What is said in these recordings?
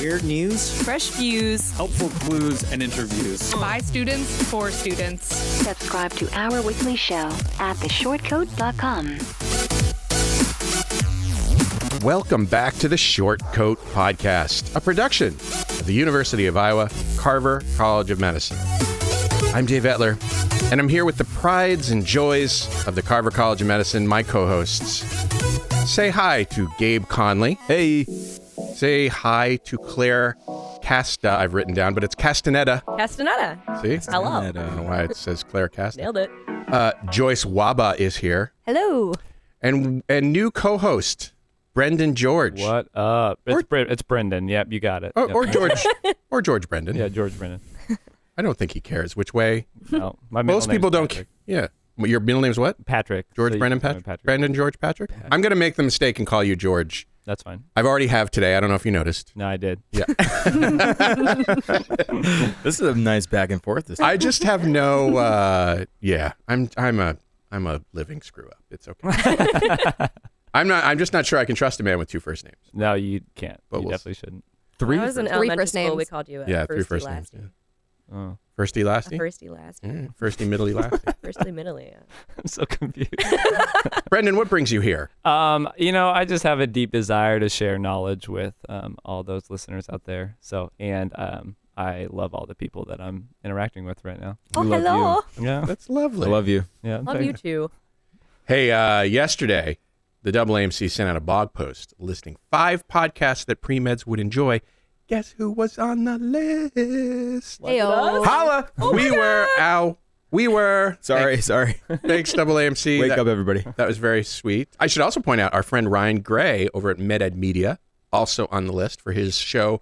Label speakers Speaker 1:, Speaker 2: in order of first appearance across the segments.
Speaker 1: Weird news,
Speaker 2: Fresh views
Speaker 3: helpful clues and interviews.
Speaker 2: by students for students.
Speaker 4: Subscribe to our weekly show at theshortcode.com.
Speaker 5: Welcome back to the Shortcode Podcast, a production of the University of Iowa Carver College of Medicine. I'm Dave Etler, and I'm here with the prides and joys of the Carver College of Medicine, my co hosts. Say hi to Gabe Conley. Hey. Say hi to Claire Casta, I've written down, but it's Castaneda.
Speaker 2: Castaneda.
Speaker 5: See?
Speaker 2: Hello.
Speaker 3: And,
Speaker 5: I don't know
Speaker 3: uh,
Speaker 5: why it says Claire Casta.
Speaker 2: Nailed it.
Speaker 5: Uh, Joyce Waba is here,
Speaker 2: Hello.
Speaker 5: and and new co-host Brendan George,
Speaker 6: What up? It's,
Speaker 5: Or-
Speaker 6: Bre- it's Brendan. Yep, you got it.
Speaker 5: or,
Speaker 6: Yep.
Speaker 5: or George, or George Brendan.
Speaker 6: yeah, George Brendan.
Speaker 5: I don't think he cares which way.
Speaker 6: No, my middle
Speaker 5: Most
Speaker 6: name's
Speaker 5: people don't.
Speaker 6: Patrick.
Speaker 5: ca- Yeah, Well, your middle name's what?
Speaker 6: Patrick.
Speaker 5: George
Speaker 6: so you
Speaker 5: Brendan
Speaker 6: can call me
Speaker 5: Patrick. Brendan George Patrick. I'm gonna make the mistake and call you George.
Speaker 6: That's fine.
Speaker 5: I've already have today. I don't know if you noticed.
Speaker 6: No, I did.
Speaker 5: Yeah,
Speaker 3: This is a nice back and forth. This
Speaker 5: I just have no. Uh, yeah, I'm I'm a I'm a living screw up. It's okay. I'm not. I'm just not sure I can trust a man with two first names.
Speaker 6: No, you can't.
Speaker 5: But
Speaker 6: you
Speaker 5: we'll
Speaker 6: definitely shouldn't.
Speaker 5: Three.
Speaker 7: I was in
Speaker 5: first-
Speaker 7: elementary
Speaker 2: first
Speaker 7: school. We
Speaker 2: names.
Speaker 7: called you a
Speaker 5: yeah, three
Speaker 7: firsty,
Speaker 5: first names.
Speaker 7: lasty.
Speaker 5: Yeah.
Speaker 6: Oh,
Speaker 5: Firsty, lasty.
Speaker 7: A firsty, lasty.
Speaker 5: Yeah, Firsty, middly, lasty.
Speaker 7: Firstly, middly. Yeah.
Speaker 6: I'm so confused.
Speaker 5: Brendan, what brings you here?
Speaker 6: um, you know, I just have a deep desire to share knowledge with um, all those listeners out there. So, and um, I love all the people that I'm interacting with right now.
Speaker 7: Oh, hello.
Speaker 6: Yeah,
Speaker 5: That's lovely.
Speaker 3: I love you.
Speaker 6: yeah.
Speaker 7: Love you too.
Speaker 5: hey, uh, yesterday, the AAMC sent out a blog post listing five podcasts that pre meds would enjoy. Guess who was on the list? Holla! we were ow. We were
Speaker 3: Oh Sorry, sorry.
Speaker 5: Thanks, AAMC.
Speaker 3: Wake
Speaker 5: that,
Speaker 3: up, everybody.
Speaker 5: That was very sweet. I should also point out our friend Ryan Gray over at MedEd Media, also on the list for his show,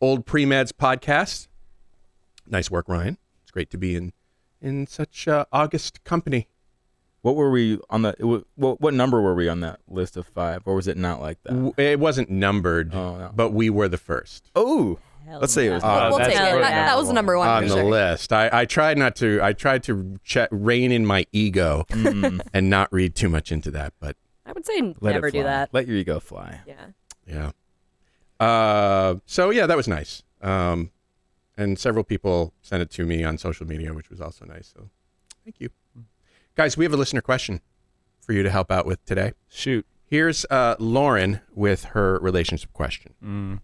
Speaker 5: Old Pre Meds Podcast. Nice work, Ryan. It's great to be in in such uh, august company.
Speaker 3: What were we on the? wh- What, what number were we on that list of five, or was it not like that?
Speaker 5: W- It wasn't numbered,
Speaker 3: Oh, no.
Speaker 5: but we were the first
Speaker 3: Oh,
Speaker 7: Hell
Speaker 3: let's say it was.
Speaker 7: no.
Speaker 6: Oh,
Speaker 5: We'll
Speaker 2: We'll
Speaker 6: that's
Speaker 2: take it.
Speaker 6: great.
Speaker 2: That, that was the number one.
Speaker 5: on
Speaker 2: for
Speaker 5: the
Speaker 2: sure.
Speaker 5: list. I, I tried not to. I tried to che- rein in my ego
Speaker 3: Mm,
Speaker 5: and not read too much into that. But
Speaker 7: I would say
Speaker 3: let
Speaker 7: never
Speaker 3: it fly.
Speaker 7: do that.
Speaker 3: Let your ego fly.
Speaker 7: Yeah.
Speaker 5: Yeah. Uh, so yeah, that was nice. Um, and several people sent it to me on social media, which was also nice. So thank you, guys. We have a listener question for you to help out with today.
Speaker 6: Shoot.
Speaker 5: Here's uh, Lauren with her relationship question.
Speaker 6: Mm.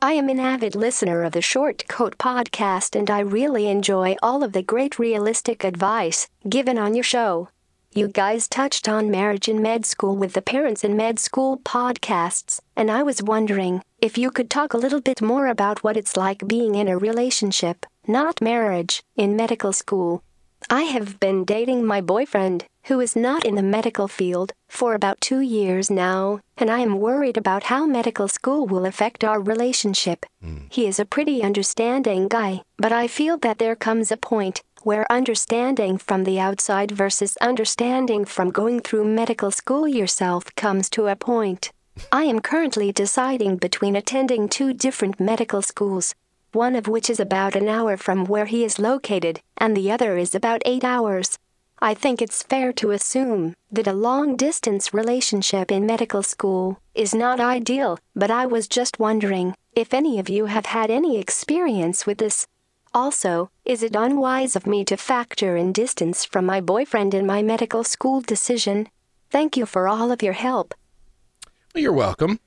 Speaker 4: I am an avid listener of the Short Coat podcast and I really enjoy all of the great realistic advice given on your show. You guys touched on marriage in med school with the Parents in Med School podcasts, and I was wondering if you could talk a little bit more about what it's like being in a relationship, not marriage, in medical school. I have been dating my boyfriend, who is not in the medical field, for about two years now, and I am worried about how medical school will affect our relationship. He is a pretty understanding guy, but I feel that there comes a point where understanding from the outside versus understanding from going through medical school yourself comes to a point. I am currently deciding between attending two different medical schools, one of which is about an hour from where he is located, and the other is about eight hours. I think it's fair to assume that a long distance relationship in medical school is not ideal, but I was just wondering if any of you have had any experience with this. Also, is it unwise of me to factor in distance from my boyfriend in my medical school decision? Thank you for all of your help.
Speaker 5: Well, you're welcome.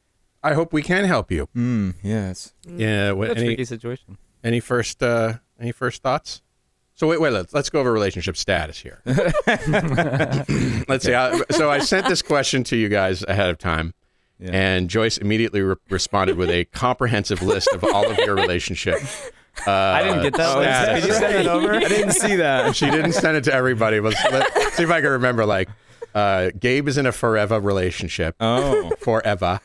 Speaker 5: I hope we can help you.
Speaker 3: Mm, yes.
Speaker 5: Yeah. wh-
Speaker 6: That's a
Speaker 5: any
Speaker 6: tricky situation.
Speaker 5: any first uh, any first thoughts? So wait, wait. Let's let's go over relationship status here. let's see. I, so I sent this question to you guys ahead of time.
Speaker 3: Yeah.
Speaker 5: And Joyce immediately re- responded with a comprehensive list of all of your relationship. Uh, I
Speaker 6: didn't get that list.
Speaker 3: Oh, Did you send that over? I didn't see that.
Speaker 5: She didn't send it to everybody. But let's see if I can remember. Like, uh, Gabe is in a forever relationship.
Speaker 3: Oh,
Speaker 5: Forever.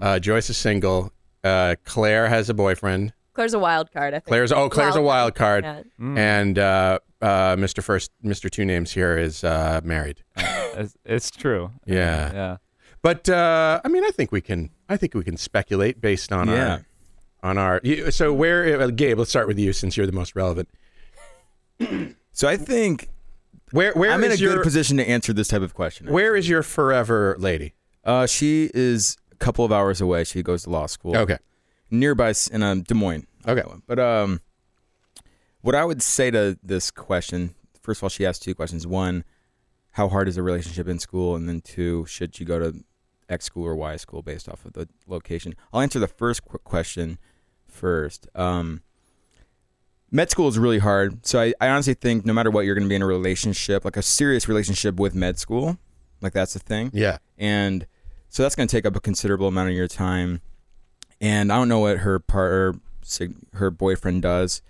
Speaker 5: Uh, Joyce is single. Uh, Claire has a boyfriend.
Speaker 7: Claire's a wild card. I think.
Speaker 5: Claire's oh Claire's a wild card,
Speaker 7: Yeah.
Speaker 3: Mm.
Speaker 5: and uh, uh, Mr. First Mr. Two Names here is uh, married.
Speaker 6: It's, it's true.
Speaker 5: Yeah.
Speaker 6: Yeah.
Speaker 5: But uh, I mean, I think we can. I think we can speculate based on
Speaker 3: Yeah.
Speaker 5: our on our. you- So where, uh, Gabe? Let's start with you since you're the most relevant.
Speaker 3: So I think
Speaker 5: Where where
Speaker 3: I'm in a
Speaker 5: is your
Speaker 3: good position to answer this type of question.
Speaker 5: where is your forever lady?
Speaker 3: Uh, she is a couple of hours away. She goes to law school.
Speaker 5: Okay,
Speaker 3: nearby s- in um, Des Moines.
Speaker 5: Okay.
Speaker 3: Iowa. But um, what I would say to this question, first of all, she asked two questions. One, how hard is a relationship in school? And then two, should she go to X school or Y school based off of the location? I'll answer the first qu- question first. Um, med school is really hard. So I, I honestly think no matter what, you're going to be in a relationship, like a serious relationship with med school. Like that's the thing
Speaker 5: yeah,
Speaker 3: and so that's going to take up a considerable amount of your time. And I don't know what her part, her, sig- her boyfriend does.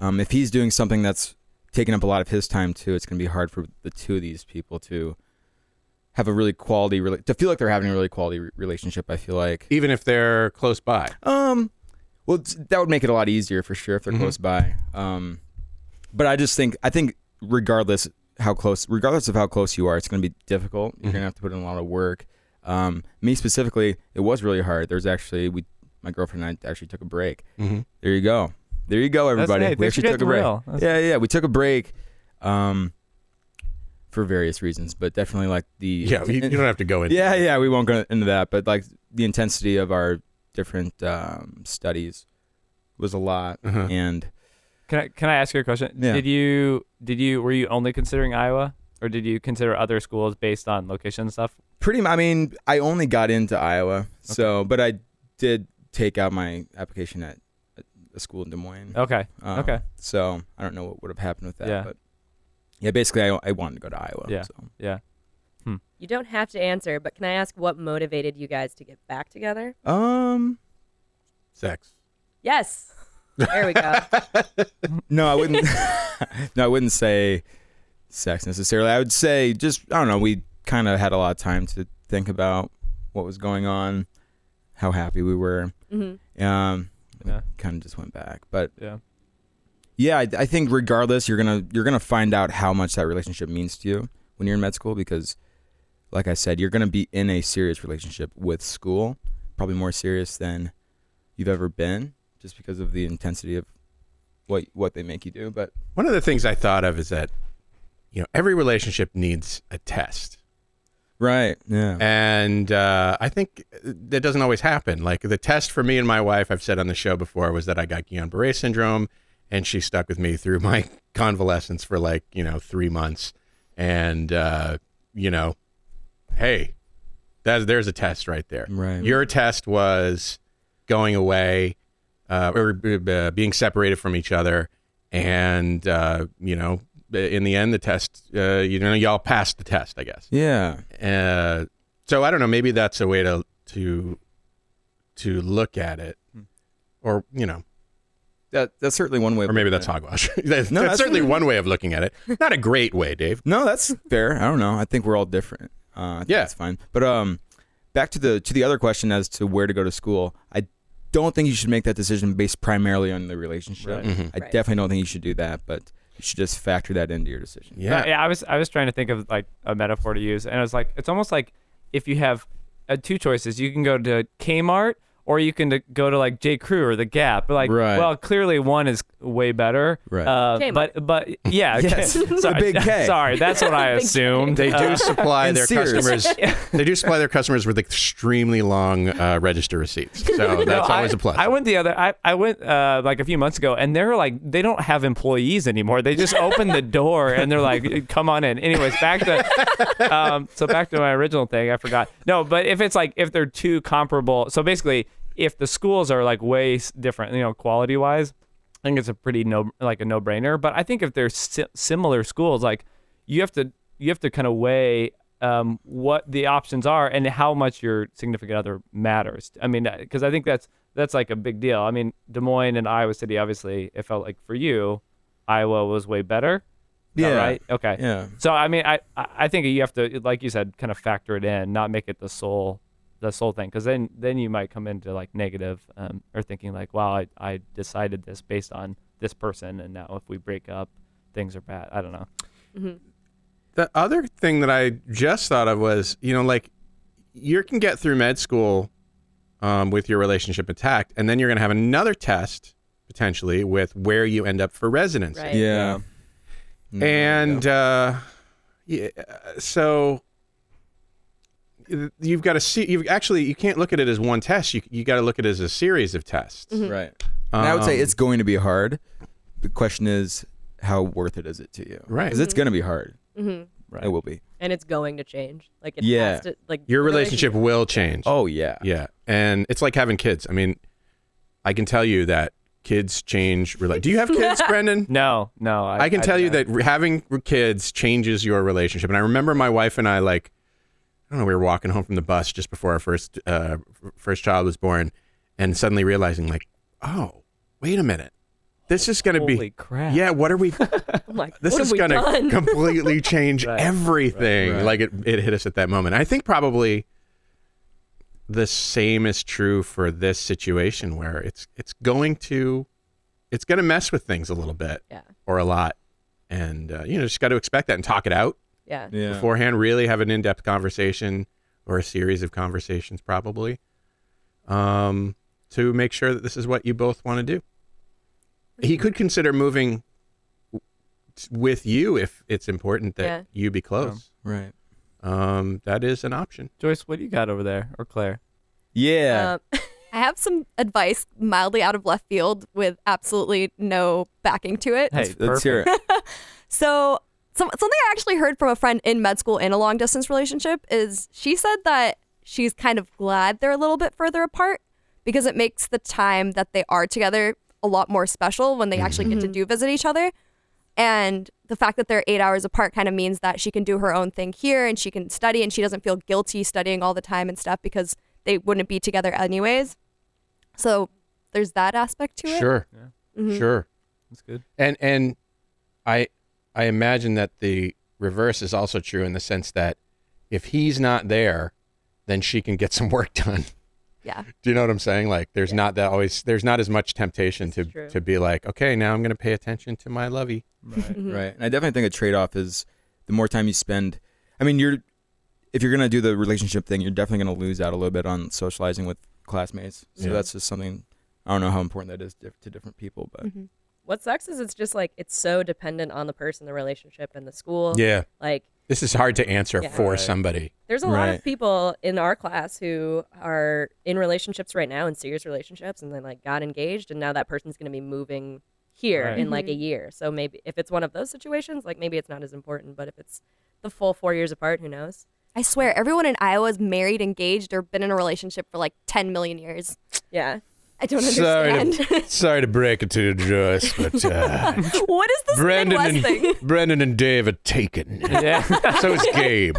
Speaker 3: Um, if he's doing something that's taking up a lot of his time too, it's going to be hard for the two of these people to have a really quality, rela- to feel like they're having a really quality re- relationship. I feel like,
Speaker 5: even if they're close by.
Speaker 3: um, well, it's- that would make it a lot easier for sure if
Speaker 5: Mm-hmm.
Speaker 3: they're close by. Um, but I just think I think regardless how close, regardless of how close you are, it's going to be difficult. You're
Speaker 5: Mm-hmm.
Speaker 3: going to have to put in a lot of work. Um, me specifically, it was really hard. There's actually we, my girlfriend and I actually took a break.
Speaker 5: Mm-hmm.
Speaker 3: There you go. There you go, everybody.
Speaker 6: hey,
Speaker 3: we
Speaker 6: thanks for
Speaker 3: actually took a
Speaker 6: getting
Speaker 3: break.
Speaker 6: real. That's-
Speaker 3: yeah, yeah, we took a break. Um, for various reasons, but definitely like the
Speaker 5: Yeah, you, you don't have to go in.
Speaker 3: yeah, yeah, we won't go into that, but like the intensity of our different um, studies was a lot,
Speaker 5: Uh-huh.
Speaker 3: and
Speaker 6: Can I can I ask you a question?
Speaker 3: Yeah.
Speaker 6: Did you did you were you only considering Iowa, or did you consider other schools based on location and stuff?
Speaker 3: pretty. mu- I mean, I only got into Iowa, so but I did take out my application at, at a school in Des Moines.
Speaker 6: Okay.
Speaker 3: Um,
Speaker 6: Oh, okay.
Speaker 3: So I don't know what would have happened with that,
Speaker 6: Yeah.
Speaker 3: but yeah, basically, I, I wanted to go to Iowa.
Speaker 6: Yeah.
Speaker 3: So.
Speaker 6: Yeah.
Speaker 7: You don't have to answer, but can I ask what motivated you guys to get back together?
Speaker 3: Um.
Speaker 5: sex.
Speaker 7: Yes. There we go.
Speaker 3: No, I wouldn't. no, I wouldn't say sex necessarily. I would say just I don't know. We kind of had a lot of time to think about what was going on, how happy we were. Mm-hmm. Um,
Speaker 6: Yeah.
Speaker 3: kind of just went back, but
Speaker 6: Yeah.
Speaker 3: yeah, I, I think regardless, you're gonna you're gonna find out how much that relationship means to you when you're in med school because, like I said, you're gonna be in a serious relationship with school, probably more serious than you've ever been, just because of the intensity of what what they make you do. But
Speaker 5: One of the things I thought of is that you know every relationship needs a test.
Speaker 3: right, yeah,
Speaker 5: And uh, I think that doesn't always happen. Like the test for me and my wife, I've said on the show before, was that I got Guillain Barre syndrome, and she stuck with me through my convalescence for like you know three months. And uh, you know, hey, that, there's a test right there.
Speaker 3: Right.
Speaker 5: Your test was going away uh, or uh, being separated from each other, and uh, you know, in the end, the test, uh, you know, y'all passed the test, I guess
Speaker 3: yeah.
Speaker 5: uh, so I don't know. Maybe that's a way to to to look at it,
Speaker 6: Hmm.
Speaker 5: or you know,
Speaker 3: That that's certainly one way. of
Speaker 5: or maybe
Speaker 3: looking
Speaker 5: that's
Speaker 3: at it.
Speaker 5: hogwash. that's,
Speaker 3: No,
Speaker 5: that's
Speaker 3: that's
Speaker 5: certainly
Speaker 3: what-
Speaker 5: one way of looking at it. Not a great way, Dave.
Speaker 3: No, that's fair. I don't know. I think we're all different. Uh, I think
Speaker 5: Yeah.
Speaker 3: that's fine. But um, back to the to the other question as to where to go to school. I don't think you should make that decision based primarily on the relationship.
Speaker 5: Mm-hmm.
Speaker 3: I
Speaker 7: Right.
Speaker 3: definitely don't think you should do that. But you should just factor that into your decision.
Speaker 5: Yeah.
Speaker 6: yeah, I was I was trying to think of like a metaphor to use, and I was like, it's almost like if you have uh, two choices, you can go to Kmart or you can to go to like J Crew or the Gap. But like,
Speaker 3: Right.
Speaker 6: well, clearly one is way better.
Speaker 3: Right.
Speaker 6: Uh,
Speaker 7: Kmart.
Speaker 6: but but yeah.
Speaker 3: Yes, the
Speaker 6: sorry,
Speaker 3: big K.
Speaker 6: Sorry, that's what I assumed.
Speaker 5: They
Speaker 6: Uh,
Speaker 5: do supply
Speaker 3: And
Speaker 5: their
Speaker 3: Sears.
Speaker 5: customers. They do supply their customers with extremely long uh, register receipts. So that's
Speaker 6: No,
Speaker 5: always
Speaker 6: I,
Speaker 5: a plus.
Speaker 6: I went the other. I, I went uh, like a few months ago, and they're like they don't have employees anymore. They just open the door and they're like, "Come on in." Anyways, back to um, so back to my original thing. I forgot. No, but if it's like if they're too comparable, so basically, if the schools are like way s- different, you know, quality wise, I think it's a pretty no like a no brainer. But I think if they're si- similar schools, like you have to you have to kind of weigh um, what the options are and how much your significant other matters. I mean, because I think that's that's like a big deal. I mean, Des Moines and Iowa City, obviously, it felt like for you, Iowa was way better. Is that
Speaker 3: Yeah.
Speaker 6: Right. Okay.
Speaker 3: Yeah.
Speaker 6: So I mean, I I I think you have to, like you said, kind of factor it in, not make it the sole the soul thing because then then you might come into like negative um, or thinking like wow I, I decided this based on this person and now if we break up things are bad i don't know
Speaker 5: The other thing that I just thought of was, you know, like you can get through med school um, with your relationship intact, and then you're going to have another test potentially with where you end up for residency.
Speaker 7: Right.
Speaker 3: Yeah.
Speaker 5: And uh, yeah, uh, so y- you've got to see. You've actually you can't look at it as one test. You you got to look at it as a series of tests.
Speaker 3: Right. and I would
Speaker 5: Um,
Speaker 3: say it's going to be hard. The question is, how worth it is it to you?
Speaker 5: Right.
Speaker 3: Because it's going to be hard. Mm-hmm. It will be.
Speaker 7: and it's going to change. Like it
Speaker 3: Yeah.
Speaker 7: has to. Like
Speaker 5: Your
Speaker 7: the
Speaker 5: relationship will change.
Speaker 3: Oh yeah.
Speaker 5: Yeah, and it's like having kids. I mean, I can tell you that kids change. Rela- Do you have kids, Brendan?
Speaker 6: no no i,
Speaker 5: I can tell you
Speaker 6: don't.
Speaker 5: that having kids changes your relationship. And I remember my wife and I like, I don't know, we were walking home from the bus just before our first uh, first child was born, and suddenly realizing like, oh, wait a minute, this is going to
Speaker 6: Holy
Speaker 5: be
Speaker 6: crap.
Speaker 5: Yeah, what are we?
Speaker 7: I'm like,
Speaker 5: This
Speaker 7: what
Speaker 5: is
Speaker 7: have we
Speaker 5: going to
Speaker 7: done?
Speaker 5: completely change
Speaker 6: Right,
Speaker 5: everything.
Speaker 3: right, right.
Speaker 5: Like it, it hit us at that moment. I think probably the same is true for this situation where it's it's going to it's going to mess with things a little bit
Speaker 7: Yeah.
Speaker 5: or a lot, and uh, you know just got to expect that and talk it out
Speaker 7: yeah.
Speaker 3: Yeah.
Speaker 5: beforehand. Really have an in depth conversation or a series of conversations probably, um, to make sure that this is what you both want to do. He could consider moving w- with you if it's important that
Speaker 7: Yeah.
Speaker 5: you be close.
Speaker 3: Right.
Speaker 5: Um, that is an option.
Speaker 6: joyce what do you got over there or claire
Speaker 3: Yeah.
Speaker 2: Um, I have some advice mildly out of left field with absolutely no backing to it.
Speaker 6: hey
Speaker 7: Uh,
Speaker 3: Let's hear it.
Speaker 2: So, some, something I actually heard from a friend in med school in a long distance relationship is she said that she's kind of glad they're a little bit further apart because it makes the time that they are together a lot more special when they actually get to do visit each other. And the fact that they're eight hours apart kind of means that she can do her own thing here and she can study and she doesn't feel guilty studying all the time and stuff because they wouldn't be together anyways. So, there's that aspect to it.
Speaker 5: Sure, sure.
Speaker 6: that's good
Speaker 5: And and I I imagine that the reverse is also true in the sense that if he's not there, then she can get some work done.
Speaker 2: Yeah.
Speaker 5: Do you know what I'm saying? Like there's not that always there's not as much temptation to
Speaker 7: That's true.
Speaker 5: to be like, okay, now I'm gonna pay attention to my lovey.
Speaker 6: right
Speaker 3: Right. And I definitely think a trade off is the more time you spend. I mean, you're if you're gonna do the relationship thing, you're definitely gonna lose out a little bit on socializing with classmates. So
Speaker 5: Yeah.
Speaker 3: that's just something. I don't know how important that is diff- to different people, but
Speaker 7: Mm-hmm. What sucks is it's just like it's so dependent on the person, the relationship, and the school.
Speaker 5: Yeah.
Speaker 7: Like
Speaker 5: This is hard to answer
Speaker 7: Yeah.
Speaker 5: for somebody.
Speaker 7: there's a lot
Speaker 3: Right.
Speaker 7: of people in our class who are in relationships right now, in serious relationships, and then like got engaged, and now that person's going to be moving here
Speaker 6: Right.
Speaker 7: in like a year. So maybe if it's one of those situations, like maybe it's not as important. But if it's the full four years apart, who knows?
Speaker 2: I swear, everyone in Iowa is married, engaged, or been in a relationship for like 10 million years.
Speaker 7: Yeah.
Speaker 2: I don't
Speaker 5: Sorry
Speaker 2: understand.
Speaker 5: to, sorry to break it to you, Joyce, but uh,
Speaker 2: what is this
Speaker 5: Brandon
Speaker 2: Midwest thing?
Speaker 5: and Brandon and Dave are taken.
Speaker 6: yeah
Speaker 5: So is Gabe.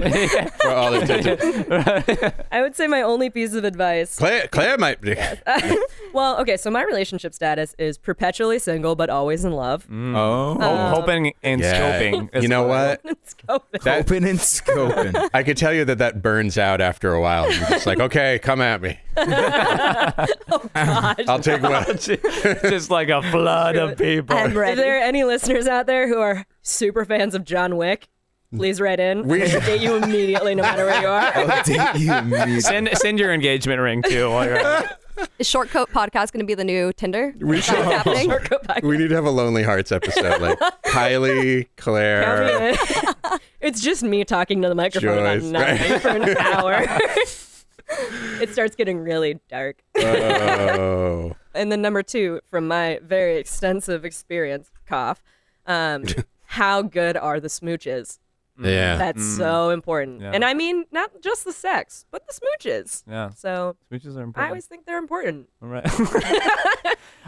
Speaker 5: For all intents and-
Speaker 7: I would say my only piece of advice.
Speaker 5: Claire, Claire might be.
Speaker 7: Well, okay, so my relationship status is perpetually single but always in love. Uh,
Speaker 3: oh,
Speaker 6: Oh, hoping and
Speaker 5: Yeah.
Speaker 6: scoping is
Speaker 5: You know
Speaker 6: I-
Speaker 5: what?
Speaker 7: It's COVID.
Speaker 5: that-
Speaker 3: open and scoping.
Speaker 5: I could tell you that that burns out after a while. You're just like, okay, come at me. I'll take what.
Speaker 6: just like a flood of people
Speaker 2: I'm
Speaker 7: If there
Speaker 2: ready.
Speaker 7: are any listeners out there who are super fans of John Wick, please write in.
Speaker 5: We-
Speaker 7: We will date you immediately, no matter where you are.
Speaker 3: I'll date you immediately.
Speaker 6: send send your engagement ring too while you're at it.
Speaker 2: Is Short Coat Podcast going to be the new Tinder?
Speaker 5: We should-
Speaker 2: That's happening.
Speaker 7: Goodbye.
Speaker 5: We need to have a Lonely Hearts episode. Like Kylie, Claire.
Speaker 7: it's just me talking to the microphone
Speaker 5: Joyce,
Speaker 7: about nothing
Speaker 5: right?
Speaker 7: for an hour. it starts getting really dark.
Speaker 5: Oh.
Speaker 7: And then number two, from my very extensive experience, cough. Um, how good are the smooches?
Speaker 6: Mm.
Speaker 5: Yeah.
Speaker 7: That's so important.
Speaker 6: Yeah.
Speaker 7: And I mean, not just the sex, but the smooches.
Speaker 6: yeah
Speaker 7: So
Speaker 6: smooches are important
Speaker 7: I always think they're important.
Speaker 6: All right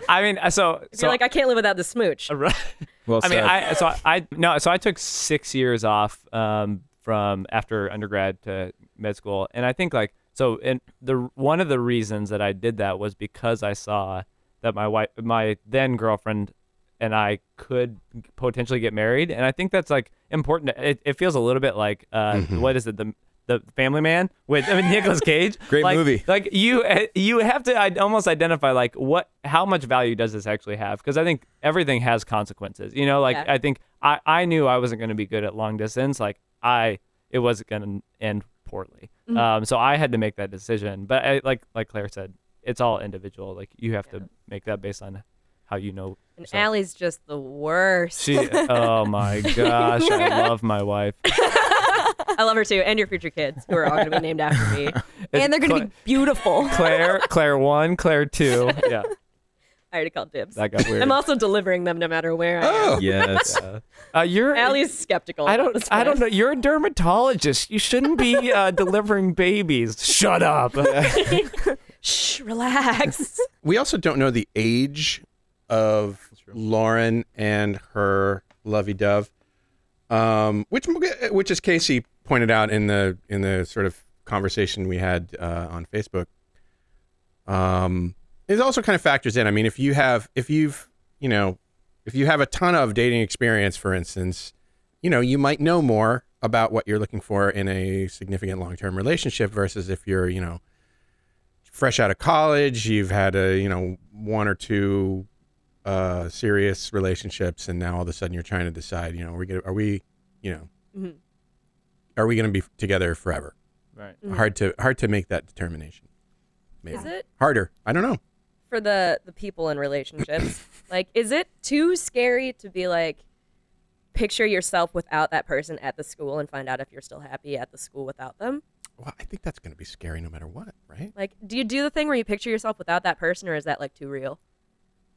Speaker 6: i mean uh, so
Speaker 7: If
Speaker 6: so
Speaker 7: you're like, I can't live without the smooch.
Speaker 3: Well
Speaker 6: I mean,
Speaker 3: said.
Speaker 6: I so I no, so I took six years off um, from after undergrad to med school, and I think like so. And the one of the reasons that I did that was because I saw that my wife, my then girlfriend, and I could
Speaker 3: Mm-hmm.
Speaker 6: potentially get married, and I think that's like important. It, it feels a little bit like uh, what is it the the Family Man with I mean Nicolas Cage.
Speaker 3: Great
Speaker 6: like,
Speaker 3: movie.
Speaker 6: Like you you have to i almost identify like what how much value does this actually have? Because I think everything has consequences. You know, like
Speaker 7: Yeah.
Speaker 6: I think I I knew I wasn't going to be good at long distance. Like I it wasn't going to end poorly. Um, so I had to make that decision. But I, like like Claire said, it's all individual. Like you have to make that based on how you know.
Speaker 7: And
Speaker 6: yourself.
Speaker 7: Allie's just the worst.
Speaker 6: She, oh my gosh, I love my wife.
Speaker 7: I love her too, and your future kids who are all going to be named after me.
Speaker 2: and they're going to be beautiful.
Speaker 6: Claire, Claire one, Claire two. Yeah,
Speaker 7: I already called dibs.
Speaker 6: that got weird.
Speaker 7: I'm also delivering them no matter where I am.
Speaker 3: Yes.
Speaker 6: Uh, you're
Speaker 7: Allie's skeptical.
Speaker 6: I
Speaker 7: about
Speaker 6: don't.
Speaker 7: this
Speaker 6: I
Speaker 7: plan.
Speaker 6: don't know. You're a dermatologist. You shouldn't be uh, delivering babies. Shut up.
Speaker 7: Shh, relax.
Speaker 5: We also don't know the age of Lauren and her lovey dove, um, which which as Casey pointed out in the in the sort of conversation we had uh, on Facebook, um, it also kind of factors in. I mean, if you have if you've you know if you have a ton of dating experience, for instance, you know you might know more about what you're looking for in a significant long term relationship versus if you're you know fresh out of college, you've had a you know one or two uh, serious relationships, and now all of a sudden you're trying to decide, you know, are we gonna, are we, you know,
Speaker 7: Mhm.
Speaker 5: are we going to be together forever?
Speaker 6: right.
Speaker 5: Hard to hard to make that determination. Maybe
Speaker 7: Mm-hmm. Is it
Speaker 5: harder? I don't know.
Speaker 7: for the the people in relationships? like, is it too scary to be like, picture yourself without that person at the school and find out if you're still happy at the school without them?
Speaker 5: Well, I think that's going to be scary no matter what, right?
Speaker 7: Like, do you do the thing where you picture yourself without that person, or is that like too real?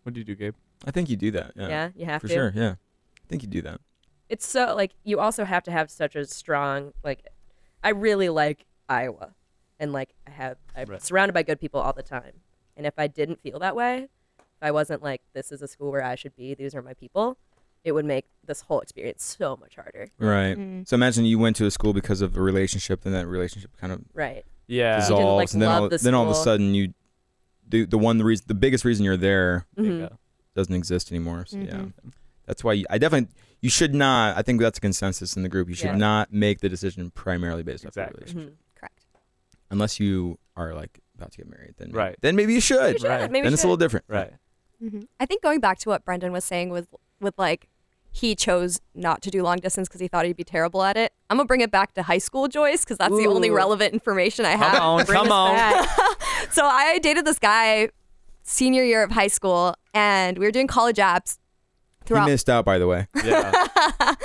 Speaker 6: What do you do, Gabe?
Speaker 3: I think you do that. Yeah,
Speaker 7: Yeah, you have
Speaker 3: for
Speaker 7: to.
Speaker 3: sure. Yeah, I think you do that.
Speaker 7: It's so like you also have to have such a strong like. I really like Iowa, and like I have I'm
Speaker 6: Right.
Speaker 7: surrounded by good people all the time. And if I didn't feel that way, if I wasn't like this is a school where I should be, these are my people, it would make this whole experience so much harder.
Speaker 3: Right.
Speaker 7: Mm-hmm.
Speaker 3: So imagine you went to a school because of a relationship, and that relationship kind of
Speaker 7: Right.
Speaker 6: Yeah.
Speaker 7: all-
Speaker 3: dissolves,
Speaker 7: like,
Speaker 3: and then all,
Speaker 7: love the
Speaker 3: then all of a
Speaker 7: school.
Speaker 3: sudden you, the the one the reason the biggest reason you're there
Speaker 6: Bingo.
Speaker 3: doesn't exist anymore. So yeah,
Speaker 7: Mm-hmm.
Speaker 3: that's why you, I definitely you should not. I think that's a consensus in the group. You should
Speaker 7: Yeah.
Speaker 3: not make the decision primarily based off
Speaker 6: Exactly.
Speaker 3: the relationship,
Speaker 2: Correct.
Speaker 7: Mm-hmm.
Speaker 3: unless you are like about to get married. Then
Speaker 6: Right.
Speaker 3: Then maybe you should.
Speaker 7: should.
Speaker 6: Right.
Speaker 7: Maybe
Speaker 3: then it's a
Speaker 7: should.
Speaker 3: little different.
Speaker 6: Right.
Speaker 2: I think going back to what Brendan was saying with with like he chose not to do long distance because he thought he'd be terrible at it. I'm gonna bring it back to high school, Joyce, because that's the only
Speaker 7: Ooh.
Speaker 2: relevant information I
Speaker 6: Come
Speaker 2: have.
Speaker 6: on.
Speaker 7: Bring
Speaker 6: Come
Speaker 7: us
Speaker 6: on.
Speaker 7: back.
Speaker 2: So I dated this guy senior year of high school, and we were doing college apps
Speaker 3: He
Speaker 2: throughout.
Speaker 3: missed out, by the way.
Speaker 6: Yeah.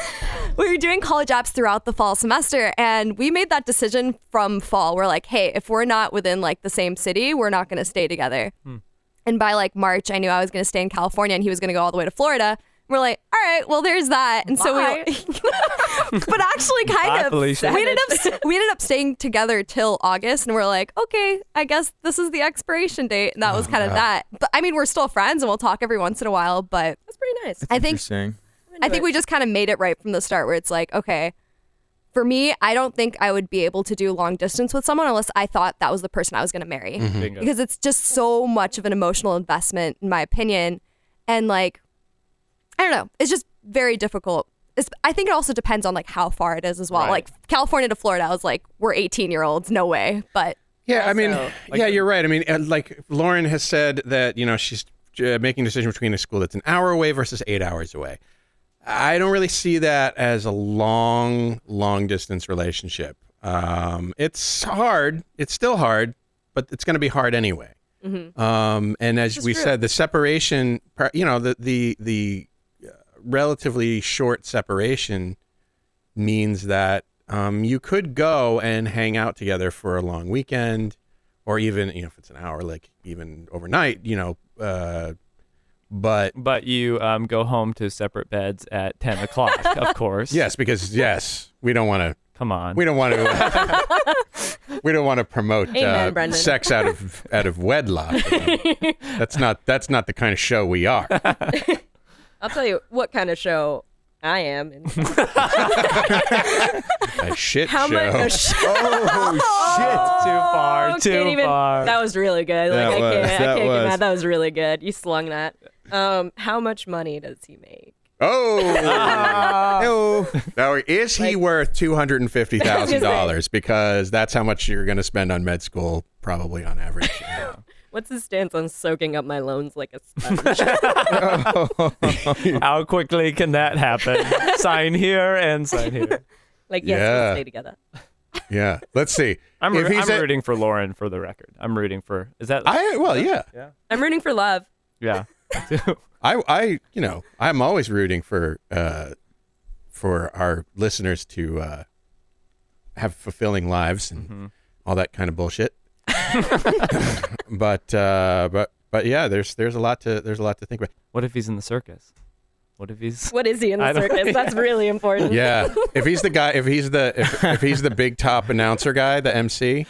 Speaker 2: we were doing college apps throughout the fall semester, and we made that decision from fall. We're like, hey, if we're not within like the same city, we're not gonna stay together.
Speaker 6: Hmm.
Speaker 2: And by like March, I knew I was going to stay in California and he was going to go all the way to Florida. We're like, all right, well, there's that. And so we, but actually, kind
Speaker 6: Bye,
Speaker 2: of,
Speaker 6: Felicia.
Speaker 2: we ended up we ended up staying together till August, and we're like, okay, I guess this is the expiration date, and that was kind of that. But I mean, we're still friends, and we'll talk every once in a while. But
Speaker 7: That's pretty nice.
Speaker 2: I think
Speaker 3: Interesting.
Speaker 2: I think we just kind of made it right from the start where it's like, okay, for me, I don't think I would be able to do long distance with someone unless I thought that was the person I was going to marry.
Speaker 3: Mm-hmm.
Speaker 6: Bingo.
Speaker 2: Because it's just so much of an emotional investment, in my opinion. And like, I don't know, it's just very difficult. It's, I think it also depends on like how far it is as well.
Speaker 6: Right.
Speaker 2: Like California to Florida, I was like, we're 18 year olds, no way. But
Speaker 5: Yeah, I mean,
Speaker 7: Also,
Speaker 5: yeah, you're right. I mean, uh, like Lauren has said that you know she's uh, making a decision between a school that's an hour away versus eight hours away. I don't really see that as a long, long distance relationship. Um, it's hard. It's still hard, but it's going to be hard anyway. Um, and as we said, the separation, par- you know, the the the uh, relatively short separation means that um, you could go and hang out together for a long weekend, or even you know if it's an hour, like even overnight, you know. Uh, but
Speaker 6: But you um, go home to separate beds at ten o'clock, of course.
Speaker 5: yes, because yes, we don't want to.
Speaker 6: Come on.
Speaker 5: We don't want to. we don't want to promote
Speaker 7: Amen,
Speaker 5: uh,
Speaker 7: Brendan.
Speaker 5: sex out of out of wedlock. that's not that's not the kind of show we are.
Speaker 7: I'll tell you what kind of show I am. And
Speaker 5: A shit
Speaker 7: how
Speaker 5: show.
Speaker 7: much? a sh-
Speaker 6: Too far.
Speaker 7: Oh,
Speaker 6: too
Speaker 7: can't even-
Speaker 6: far.
Speaker 7: That was really good.
Speaker 3: That
Speaker 7: Like I
Speaker 3: was-
Speaker 7: can't, I
Speaker 3: that
Speaker 7: can't get
Speaker 3: was.
Speaker 7: mad. That was really good. You slung that. Um, how much money does he make?
Speaker 5: Oh,
Speaker 3: Oh,
Speaker 5: now is he worth two hundred and fifty thousand dollars? Because that's how much you're going to spend on med school, probably on average.
Speaker 7: What's his stance on soaking up my loans like a sponge?
Speaker 6: How quickly can that happen? sign here and sign here.
Speaker 7: like, yes,
Speaker 5: Yeah.
Speaker 7: we stay together.
Speaker 5: yeah, let's see.
Speaker 6: I'm, ru- I'm
Speaker 5: at-
Speaker 6: rooting for Lauren for the record. I'm rooting for. Is that?
Speaker 5: I well, yeah.
Speaker 7: I'm rooting for love.
Speaker 6: yeah.
Speaker 5: I, I, you know, I'm always rooting for, uh, for our listeners to uh, have fulfilling lives and
Speaker 6: Mm-hmm.
Speaker 5: all that kind of bullshit. but, uh, but, but yeah, there's there's a lot to there's a lot to think about.
Speaker 6: What if he's in the circus? What if he's?
Speaker 7: What is he in
Speaker 6: I
Speaker 7: the
Speaker 6: don't-
Speaker 7: circus? That's really important.
Speaker 5: Yeah, if he's the guy, if he's the if, if he's the big top announcer guy, the MC,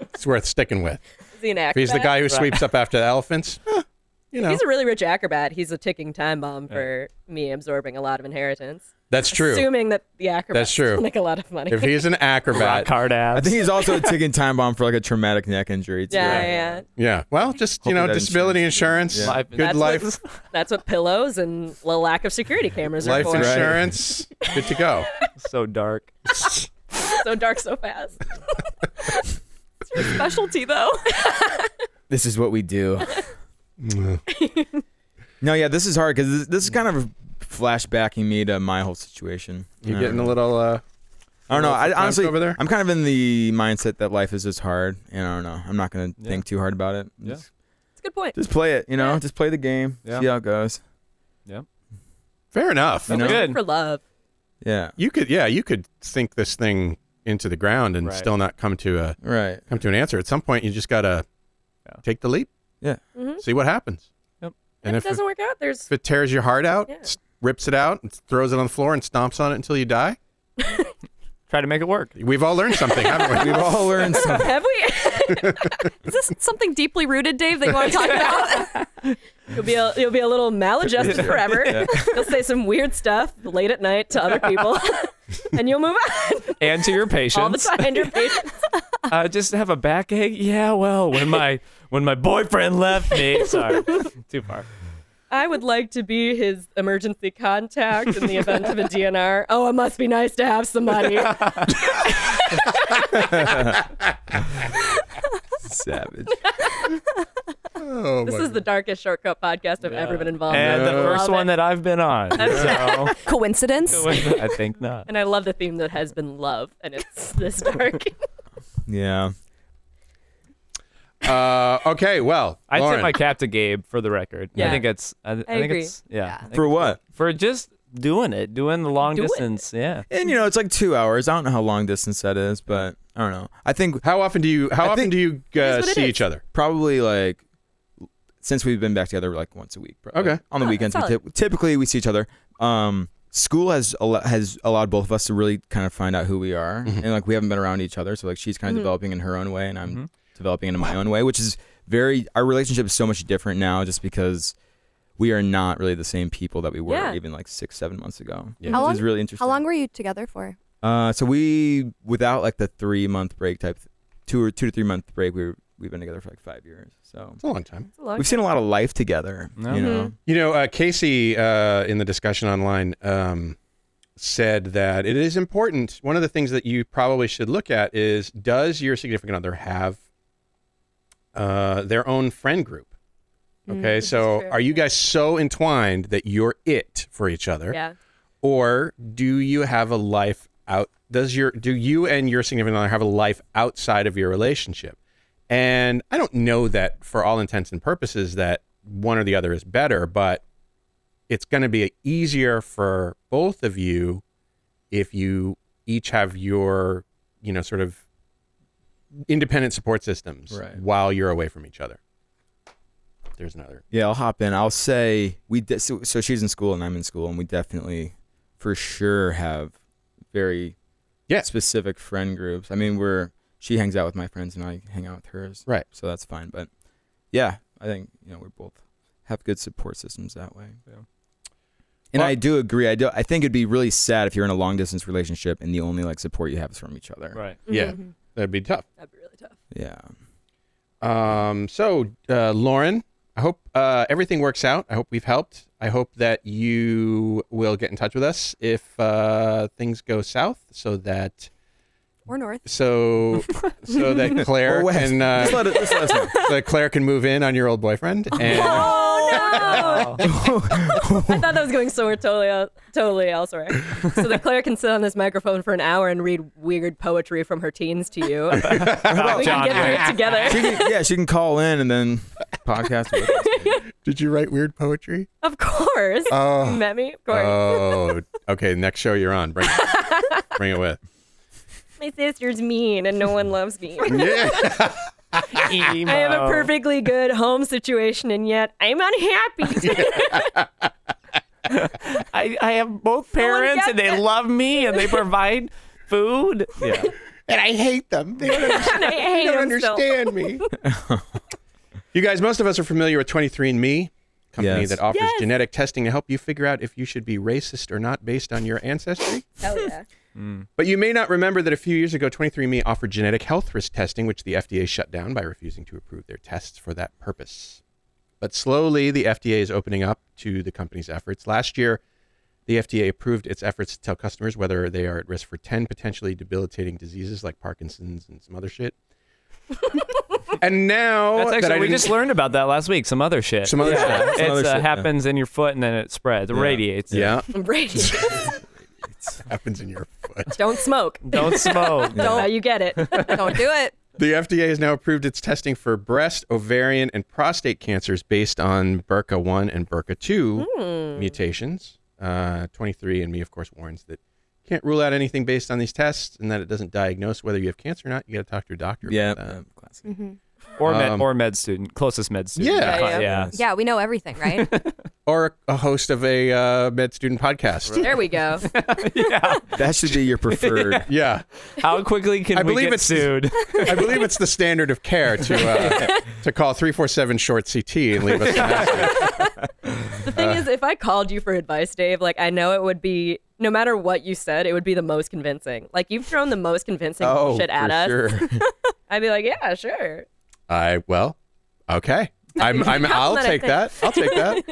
Speaker 5: it's worth sticking with.
Speaker 7: Is he an
Speaker 5: If
Speaker 7: acrobat?
Speaker 5: he's the guy who sweeps up after the elephants, huh, you know
Speaker 7: He's a really rich acrobat. He's a ticking time bomb for me absorbing a lot of inheritance.
Speaker 5: that's true.
Speaker 7: Assuming that the acrobat
Speaker 5: That's true.
Speaker 7: make a lot of money.
Speaker 5: If he's an
Speaker 6: Rock
Speaker 5: acrobat,
Speaker 6: hard
Speaker 3: I
Speaker 6: abs.
Speaker 3: think he's also a ticking time bomb for like a traumatic neck injury too.
Speaker 7: yeah, yeah, yeah.
Speaker 5: yeah. Well, just you
Speaker 3: Hope
Speaker 5: know,
Speaker 3: he doesn't
Speaker 5: disability insurance,
Speaker 3: Yeah.
Speaker 6: Life-
Speaker 5: good
Speaker 6: That's
Speaker 5: life.
Speaker 7: what- That's what pillows and the lack of security cameras
Speaker 5: life
Speaker 7: are for.
Speaker 3: insurance.
Speaker 5: insurance good to go
Speaker 6: so dark.
Speaker 7: so dark so fast. it's your specialty though.
Speaker 3: This is what we do. no, yeah, this is hard because this, this is kind of flashbacking me to my whole situation.
Speaker 5: you're
Speaker 3: I
Speaker 5: getting
Speaker 3: don't
Speaker 5: a
Speaker 3: know.
Speaker 5: little uh
Speaker 3: I don't know.
Speaker 5: little
Speaker 3: I
Speaker 5: flipped
Speaker 3: honestly,
Speaker 5: over there?
Speaker 3: I'm kind of in the mindset that life is just hard, and I don't know. I'm not gonna think too hard about it.
Speaker 6: Yeah.
Speaker 3: Just,
Speaker 7: It's a good point.
Speaker 3: just play it, you know. Just play the game.
Speaker 6: Yeah.
Speaker 3: See how it goes.
Speaker 5: fair enough
Speaker 3: You know?
Speaker 6: Good.
Speaker 7: For love.
Speaker 3: Yeah.
Speaker 5: you could yeah you could sink this thing into the ground and
Speaker 6: Right.
Speaker 5: still not come to a
Speaker 3: Right.
Speaker 5: come to an answer at some point you just gotta
Speaker 6: Yeah.
Speaker 5: take the leap
Speaker 3: Yeah.
Speaker 7: Mhm.
Speaker 5: see what happens
Speaker 6: Yep.
Speaker 5: and
Speaker 7: if
Speaker 5: if
Speaker 7: it
Speaker 5: it,
Speaker 7: doesn't work out, there's
Speaker 5: if it tears your heart out
Speaker 7: Yeah.
Speaker 5: s- rips it out and throws it on the floor and stomps on it until you die
Speaker 6: Try to make it work.
Speaker 5: we've all learned something haven't we
Speaker 3: We've all learned something.
Speaker 7: have we?
Speaker 2: Is this something deeply rooted, Dave, that you want to talk about?
Speaker 7: you'll be a, you'll be a little maladjusted forever. You'll say some weird stuff late at night to other people, and you'll move on
Speaker 6: And to your
Speaker 7: all the
Speaker 6: patience.
Speaker 7: time. Your patience.
Speaker 6: I just have a backache. Yeah, well, when my when my boyfriend left me. Sorry, too far.
Speaker 7: I would like to be his emergency contact in the event of a DNR. Oh, it must be nice to have somebody.
Speaker 3: Savage.
Speaker 5: oh
Speaker 7: This is the darkest shortcut podcast I've ever been involved
Speaker 6: And
Speaker 7: in.
Speaker 6: the first
Speaker 7: Oh, Love
Speaker 6: one
Speaker 7: it.
Speaker 6: that I've been on. So
Speaker 2: Coincidence?
Speaker 6: I think not.
Speaker 7: And I love the theme that has been love, and it's this dark.
Speaker 3: Yeah.
Speaker 5: uh okay well
Speaker 6: I tip
Speaker 5: Lauren,
Speaker 6: my cap to Gabe for the record. I
Speaker 7: Yeah.
Speaker 6: think it's. I, I, think
Speaker 7: agree.
Speaker 6: it's. Yeah. I think-
Speaker 3: For what?
Speaker 6: for just doing it, doing the long
Speaker 7: Doing it.
Speaker 6: distance. Yeah.
Speaker 3: And you know, it's like two hours. I don't know how long distance that is, but I don't know. I think
Speaker 5: how often do you how
Speaker 3: I
Speaker 5: often
Speaker 3: think-
Speaker 5: do you uh,
Speaker 7: what it
Speaker 5: see
Speaker 7: is.
Speaker 5: each other
Speaker 3: probably like since we've been back together like once a week. probably.
Speaker 5: Okay.
Speaker 3: On the weekends, we
Speaker 7: solid.
Speaker 3: typ- typically we see each other. Um, school has al- has allowed both of us to really kind of find out who we are,
Speaker 5: Mm-hmm.
Speaker 3: and like we haven't been around each other, so like she's kind
Speaker 2: Mm-hmm.
Speaker 3: of developing in her own way, and I'm
Speaker 5: Mm-hmm.
Speaker 3: developing in my own way, which is very our relationship is so much different now, just because. We are not really the same people that we were
Speaker 7: Yeah.
Speaker 3: even like six, seven months ago.
Speaker 5: Yeah.
Speaker 3: Which
Speaker 2: How
Speaker 3: is
Speaker 2: long-
Speaker 3: really interesting.
Speaker 2: How long were you together for?
Speaker 3: Uh, so we without like the three month break type, two or two to three month break. We were, we've been together for like five years. So
Speaker 5: it's a long time
Speaker 3: we've seen a lot of life together.
Speaker 6: Yeah.
Speaker 3: You know,
Speaker 5: You know, uh, Casey uh, in the discussion online um, said that it is important. One of the things that you probably should look at is does your significant other have uh, their own friend group? Okay, so
Speaker 7: Mm, true.
Speaker 5: are you guys so entwined that you're it for each other,
Speaker 7: Yeah.
Speaker 5: or do you have a life out? Does your do you and your significant other have a life outside of your relationship? And I don't know that for all intents and purposes that one or the other is better, but it's going to be easier for both of you if you each have your, you know, sort of independent support systems
Speaker 3: Right.
Speaker 5: while you're away from each other. There's another.
Speaker 3: yeah. I'll hop in. I'll say we. De- so, so she's in school and I'm in school, and we definitely, for sure, have very
Speaker 5: Yeah.
Speaker 3: specific friend groups. I mean, we're she hangs out with my friends and I hang out with hers.
Speaker 5: Right.
Speaker 3: So that's fine. But yeah, I think you know we're both have good support systems that way. Yeah. And
Speaker 5: Well-
Speaker 3: I do agree. I do. I think it'd be really sad if you're in a long distance relationship and the only like support you have is from each other.
Speaker 6: Right.
Speaker 5: Yeah. That'd be tough.
Speaker 7: That'd be really tough.
Speaker 3: Yeah.
Speaker 5: Um, so, uh, Lauren, I hope uh, everything works out. I hope we've helped. I hope that you will get in touch with us if uh, things go south, so that
Speaker 2: or north.
Speaker 5: so so that Claire
Speaker 3: Or west.
Speaker 5: can uh,
Speaker 3: Just let it- just let us know.
Speaker 5: so that Claire can move in on your old boyfriend. And
Speaker 7: Oh no! I thought that was going somewhere totally, el- totally elsewhere. So that Claire can sit on this microphone for an hour and read weird poetry from her teens to you. we can
Speaker 6: John
Speaker 7: get through it
Speaker 3: She
Speaker 7: together.
Speaker 3: can, yeah, she can call in and then podcast with us.
Speaker 5: did you write weird poetry?
Speaker 7: Of course.
Speaker 5: Oh.
Speaker 7: You Met me? Of course.
Speaker 5: Oh, okay. Next show you're on, bring it, bring it with.
Speaker 7: My sister's mean and no one loves me.
Speaker 5: Yeah.
Speaker 6: Emo.
Speaker 7: I have a perfectly good home situation and yet I'm unhappy.
Speaker 6: I, I have both parents
Speaker 7: gets
Speaker 6: and they
Speaker 7: it.
Speaker 6: love me and they provide food. Yeah.
Speaker 5: and I hate them. They don't, understand,
Speaker 7: I hate
Speaker 5: don't
Speaker 7: him still.
Speaker 5: understand me. you guys, most of us are familiar with 23andMe, a company
Speaker 3: Yes.
Speaker 5: that offers
Speaker 7: Yes.
Speaker 5: genetic testing to help you figure out if you should be racist or not based on your ancestry.
Speaker 7: Hell yeah.
Speaker 5: But you may not remember that a few years ago, 23andMe offered genetic health risk testing, which the FDA shut down by refusing to approve their tests for that purpose. But slowly, the FDA is opening up to the company's efforts. Last year, the FDA approved its efforts to tell customers whether they are at risk for 10 potentially debilitating diseases like Parkinson's and some other shit. and now
Speaker 6: That's
Speaker 5: that I
Speaker 6: actually, we
Speaker 5: didn't-
Speaker 6: just learned about that last week. Some other shit.
Speaker 5: Some other
Speaker 6: yeah.
Speaker 5: shit.
Speaker 6: It
Speaker 3: Some other shit,
Speaker 6: uh,
Speaker 3: yeah.
Speaker 6: happens in your foot and then it spreads, it radiates.
Speaker 5: yeah,
Speaker 7: Brady,
Speaker 5: happens in your foot.
Speaker 7: don't smoke.
Speaker 6: Don't smoke.
Speaker 7: That's how you get it.
Speaker 2: Don't do it.
Speaker 5: The FDA has now approved its testing for breast, ovarian, and prostate cancers based on BRCA1 and BRCA2 mutations. Uh, 23andMe, of course, warns that you can't rule out anything based on these tests and that it doesn't diagnose whether you have cancer or not. You got to talk to your doctor. about
Speaker 3: Yeah,
Speaker 5: that.
Speaker 3: uh, classic.
Speaker 7: Mm-hmm.
Speaker 6: Or, med,
Speaker 5: Um,
Speaker 6: or med student, closest med student.
Speaker 5: Yeah.
Speaker 6: Fine,
Speaker 7: Yeah,
Speaker 6: yeah.
Speaker 2: Yeah, we know everything, right?
Speaker 5: Or a, a host of a uh, med student podcast.
Speaker 7: There we go.
Speaker 3: That should be your preferred.
Speaker 5: Yeah.
Speaker 6: How quickly can
Speaker 5: I
Speaker 6: we
Speaker 5: believe
Speaker 6: get
Speaker 5: it's-
Speaker 6: sued?
Speaker 5: I believe it's the standard of care to uh, to call 347 short CT and leave us a message.
Speaker 7: The thing is, if I called you for advice, Dave, like I know it would be no matter what you said, it would be the most convincing. Like you've thrown the most convincing
Speaker 5: Oh,
Speaker 7: shit at
Speaker 5: for
Speaker 7: us.
Speaker 5: sure.
Speaker 7: I'd be like, yeah, sure.
Speaker 5: I well, okay. I'm I'm I'll
Speaker 7: Compliment, I
Speaker 5: take that. I'll take that.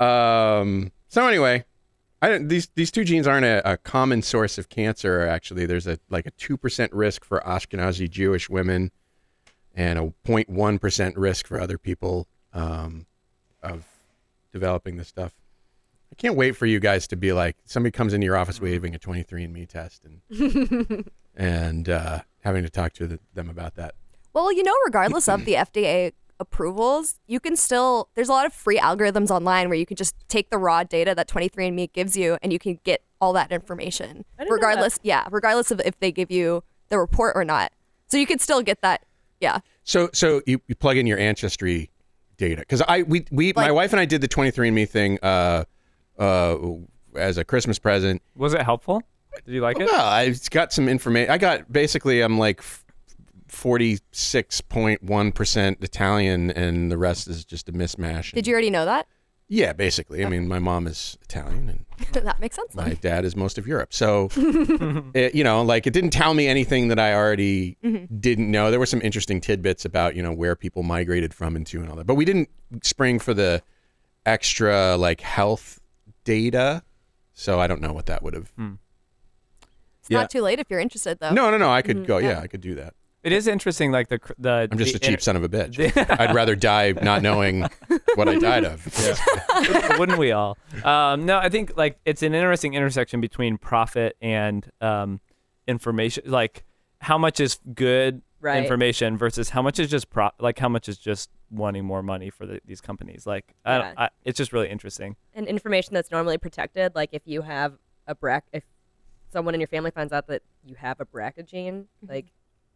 Speaker 5: Um. So anyway, I don't, these these two genes aren't a, a common source of cancer. Actually, there's a like a two percent risk for Ashkenazi Jewish women, and a 0.1 percent risk for other people um, of developing this stuff. I can't wait for you guys to be like somebody comes into your office waving a 23andMe test and and uh, having to talk to the, them about that.
Speaker 2: Well, you know, regardless of the FDA approvals, you can still, there's a lot of free algorithms online where you can just take the raw data that 23andMe gives you and you can get all that information.
Speaker 7: didn't know
Speaker 2: Regardless, yeah, regardless of if they give you the report or not. So you could still get that. Yeah.
Speaker 5: So so you, you plug in your ancestry data because I we we my
Speaker 2: Like-
Speaker 5: wife and I did the 23andMe thing uh uh as a Christmas present.
Speaker 6: Was it helpful? Did you like it?
Speaker 5: Well, I got some information. I got basically I'm like. f- 46.1% Italian and the rest is just a mismatch.
Speaker 2: Did you already know that?
Speaker 5: Yeah, basically. I mean, my mom is Italian and
Speaker 2: that makes sense. then.
Speaker 5: my dad is most of Europe. So, it, you know, like it didn't tell me anything that I already didn't know. There were some interesting tidbits about, you know, where people migrated from and to and all that. But we didn't spring for the extra like health data. So I don't know what that would have.
Speaker 2: It's
Speaker 3: Yeah.
Speaker 2: not too late if you're interested, though.
Speaker 5: No, no, no. I could go. Yeah, I could do that.
Speaker 6: It is interesting, like the cr- the.
Speaker 5: I'm just
Speaker 6: the
Speaker 5: a cheap son of a bitch. I'd rather die not knowing what I died of.
Speaker 6: wouldn't we all? Um, no, I think like it's an interesting intersection between profit and um, information. Like how much is good
Speaker 7: Right.
Speaker 6: information versus how much is just pro- like how much is just wanting more money for the, these companies. Like I don't,
Speaker 7: Yeah.
Speaker 6: I, it's just really interesting.
Speaker 7: And information that's normally protected, like if you have a BRCA, if someone in your family finds out that you have a BRCA gene, like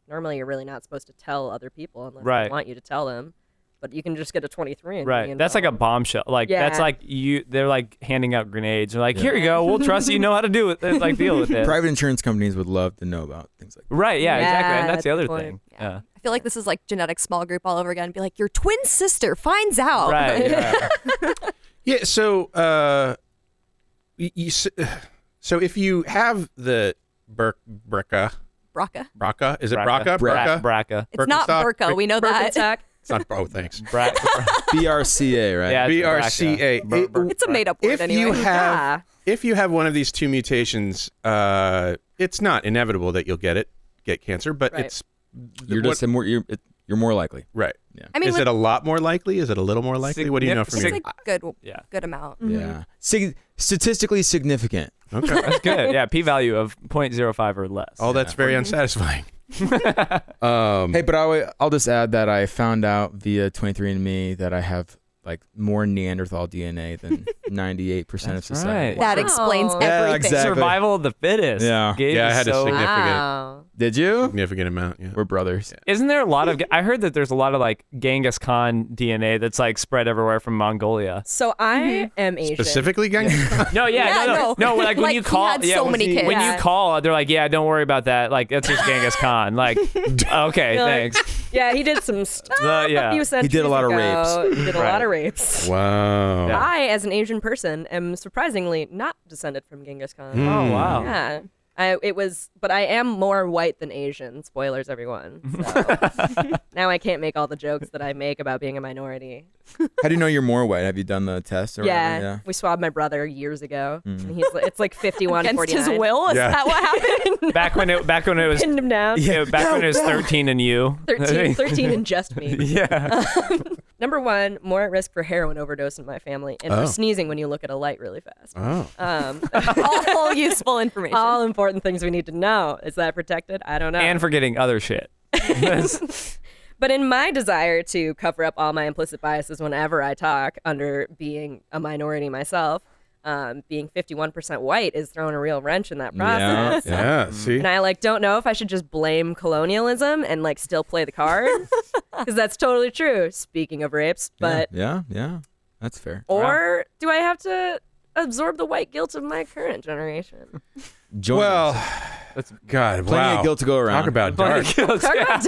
Speaker 7: normally you're really not supposed to tell other people unless
Speaker 6: Right.
Speaker 7: they want you to tell them. But you can just get a 23 and
Speaker 6: Right. That's like a bombshell. Like that's
Speaker 7: Yeah.
Speaker 6: like you. They're like handing out grenades. They're like, here you go. We'll trust you. You Know how to do it. Like deal with it.
Speaker 3: Private insurance companies would love to know about things like
Speaker 6: Right. Yeah. Exactly.
Speaker 7: Yeah,
Speaker 6: And that's the
Speaker 7: that's
Speaker 6: other
Speaker 7: a point.
Speaker 6: thing.
Speaker 2: Yeah. I feel like this is like genetic small group all over again. Be like, your twin sister finds
Speaker 6: Yeah.
Speaker 2: out.
Speaker 6: Right. yeah.
Speaker 5: Yeah. So, uh, y- you, s- so if you have the Ber- BRCA,
Speaker 2: BRCA.
Speaker 5: BRCA, is it
Speaker 6: Braca.
Speaker 5: BRCA? BRCA.
Speaker 6: Bra- Braca.
Speaker 2: It's not
Speaker 5: Birkenstock.
Speaker 2: Burka. We know that.
Speaker 7: attack.
Speaker 5: It's not both. Thanks.
Speaker 6: Bra-
Speaker 3: BRCA, right?
Speaker 6: yeah, it's
Speaker 5: BRCA.
Speaker 6: Braca. Br- br-
Speaker 2: It's a made up word
Speaker 5: If
Speaker 2: anyway.
Speaker 5: you have
Speaker 7: Yeah.
Speaker 5: if you have one of these two mutations, uh, it's not inevitable that you'll get it, get cancer, but
Speaker 7: Right.
Speaker 5: it's
Speaker 3: You're
Speaker 5: what-
Speaker 3: just a more. You're, it, you're more likely.
Speaker 5: right.
Speaker 2: I mean,
Speaker 5: is
Speaker 2: with-
Speaker 5: it a lot more likely? Is it a little more likely? What do you know from
Speaker 2: it's
Speaker 5: your?
Speaker 2: a good,
Speaker 6: Yeah.
Speaker 2: good amount.
Speaker 7: Mm-hmm.
Speaker 3: Yeah. Sig- statistically significant.
Speaker 5: okay.
Speaker 6: That's good. Yeah, p value of 0.05 or less.
Speaker 5: All that's very unsatisfying. um,
Speaker 3: Hey, but I w- I'll just add that I found out via 23andMe that I have like more Neanderthal DNA than 98% of
Speaker 6: That's
Speaker 3: society.
Speaker 6: right.
Speaker 2: That explains
Speaker 7: Wow.
Speaker 2: everything.
Speaker 7: Yeah,
Speaker 3: exactly.
Speaker 6: Survival of the fittest.
Speaker 3: Yeah.
Speaker 6: Gabe
Speaker 5: Yeah, I
Speaker 6: is
Speaker 5: had a
Speaker 6: so-
Speaker 5: significant-
Speaker 7: Wow.
Speaker 3: Did you?
Speaker 5: significant amount. Yeah.
Speaker 3: We're brothers.
Speaker 6: Isn't there a lot of? I heard that there's a lot of like Genghis Khan DNA that's like spread everywhere from Mongolia.
Speaker 7: So I am Asian.
Speaker 5: Specifically, gang.
Speaker 6: No, yeah,
Speaker 2: Yeah,
Speaker 6: no, no,
Speaker 2: no.
Speaker 6: no, Like when
Speaker 2: Like,
Speaker 6: you
Speaker 2: he
Speaker 6: call,
Speaker 2: had
Speaker 6: yeah,
Speaker 2: so
Speaker 6: when,
Speaker 2: many
Speaker 6: you- when
Speaker 2: kids.
Speaker 6: you call, they're like, yeah, don't worry about that. Like that's just Genghis Khan. Like, okay,
Speaker 7: like,
Speaker 6: thanks.
Speaker 7: Yeah, he did some stuff.
Speaker 6: The- Uh, yeah.
Speaker 7: a few centuries
Speaker 3: did a lot of
Speaker 7: ago. He did a
Speaker 6: Right.
Speaker 7: lot of rapes.
Speaker 5: wow.
Speaker 6: Yeah.
Speaker 7: I, as an Asian person, am surprisingly not descended from Genghis Khan.
Speaker 6: Oh wow.
Speaker 7: Yeah. I, it was, but I am more white than Asian. Spoilers, everyone. So now I can't make all the jokes that I make about being a minority.
Speaker 3: How do you know you're more white? Have you done the test or
Speaker 7: yeah,
Speaker 3: whatever?
Speaker 7: we swabbed my brother years ago. And he's like, it's like 51,
Speaker 2: Against
Speaker 7: 49.
Speaker 2: his will? Is
Speaker 5: Yeah.
Speaker 2: that what happened?
Speaker 6: Back when it, back when it was,
Speaker 7: Pinned him down.
Speaker 6: you know, back when it was 13 and you.
Speaker 7: 13, 13 and just me.
Speaker 6: Yeah.
Speaker 7: Number one, more at risk for heroin overdose in my family and
Speaker 5: Oh.
Speaker 7: for sneezing when you look at a light really fast.
Speaker 5: Oh.
Speaker 7: Um,
Speaker 2: All useful information.
Speaker 7: all important things we need to know. Is that protected? I don't know.
Speaker 6: And forgetting other shit.
Speaker 7: But in my desire to cover up all my implicit biases whenever I talk, under being a minority myself, um, being 51% white is throwing a real wrench in that
Speaker 3: Yeah.
Speaker 7: process.
Speaker 5: Yeah. See.
Speaker 7: And Um, I like don't know if I should just blame colonialism and like still play the card because that's totally true. Speaking of rapes, but
Speaker 3: yeah, yeah, yeah. That's fair.
Speaker 7: or do I have to absorb the white guilt of my current generation?
Speaker 3: Join
Speaker 5: Well.
Speaker 3: us.
Speaker 5: God.
Speaker 3: plenty
Speaker 5: wow.
Speaker 3: of guilt to go around.
Speaker 5: Talk about dark.
Speaker 7: Dark, dark,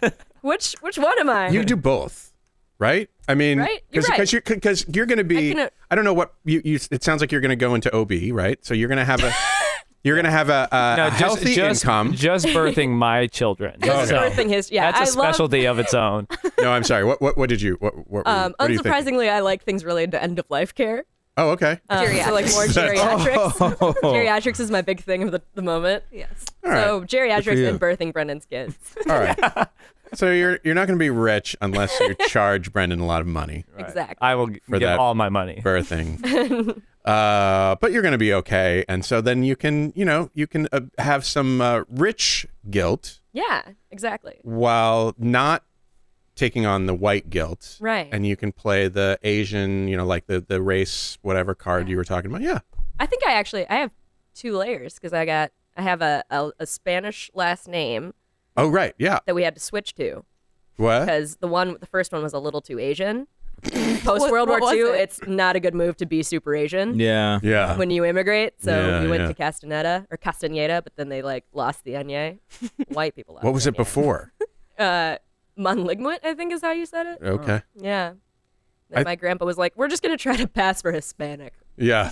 Speaker 7: dark. which which one am I?
Speaker 5: You do both, right? I mean,
Speaker 7: Right? You're
Speaker 5: because
Speaker 7: right.
Speaker 5: you're because you're going to be. I,
Speaker 7: can, uh,
Speaker 5: don't know what you, you. It sounds like you're going to go into OB, right? So you're going to have a. you're going to have a, a, a healthy income.
Speaker 6: just birthing my children.
Speaker 5: Okay.
Speaker 6: So
Speaker 7: Birthing his, yeah,
Speaker 6: that's a
Speaker 7: I love
Speaker 6: specialty of its own.
Speaker 5: no, I'm sorry. What what what did you? What what?
Speaker 7: Um,
Speaker 5: what do you think?
Speaker 7: unsurprisingly, I like things related to end of life care.
Speaker 5: Oh, okay.
Speaker 7: Um, so like more geriatrics.
Speaker 5: Oh.
Speaker 7: Geriatrics is my big thing of the, the moment.
Speaker 2: yes.
Speaker 5: All right.
Speaker 7: So geriatrics
Speaker 3: you.
Speaker 7: and birthing Brendan's kids.
Speaker 5: All right. so you're you're not going to be rich unless you charge Brendan a lot of money
Speaker 7: Exactly.
Speaker 6: I will g-
Speaker 5: For
Speaker 6: give
Speaker 5: that-
Speaker 6: all my money.
Speaker 5: for a thing. Uh, but you're going to be okay, and so then you can, you know, you can uh, have some uh, rich guilt
Speaker 7: yeah, exactly.
Speaker 5: while not taking on the white guilt.
Speaker 7: Right.
Speaker 5: And you can play the Asian, you know, like the, the race, whatever card you were talking about. Yeah.
Speaker 7: I think I actually I have two layers because I got I have a, a a Spanish last name
Speaker 5: Oh, right. Yeah.
Speaker 7: that we had to switch to
Speaker 5: What?
Speaker 7: because the one the first one was a little too Asian. Post World
Speaker 2: what
Speaker 7: War
Speaker 2: was
Speaker 7: II,
Speaker 2: it?
Speaker 7: it's not a good move to be super Asian.
Speaker 3: Yeah.
Speaker 5: Yeah.
Speaker 7: When you immigrate, so
Speaker 5: Yeah,
Speaker 7: we went
Speaker 5: yeah.
Speaker 7: to Castaneda or Castaneda, but then they like lost the Enye. White people lost.
Speaker 5: What was
Speaker 7: the
Speaker 5: it
Speaker 7: Enye.
Speaker 5: before?
Speaker 7: uh, Monligmuit, I think is how you said it.
Speaker 5: Okay.
Speaker 7: Yeah.
Speaker 5: I-
Speaker 7: my grandpa was like, "We're just gonna try to pass for Hispanic."
Speaker 5: Yeah.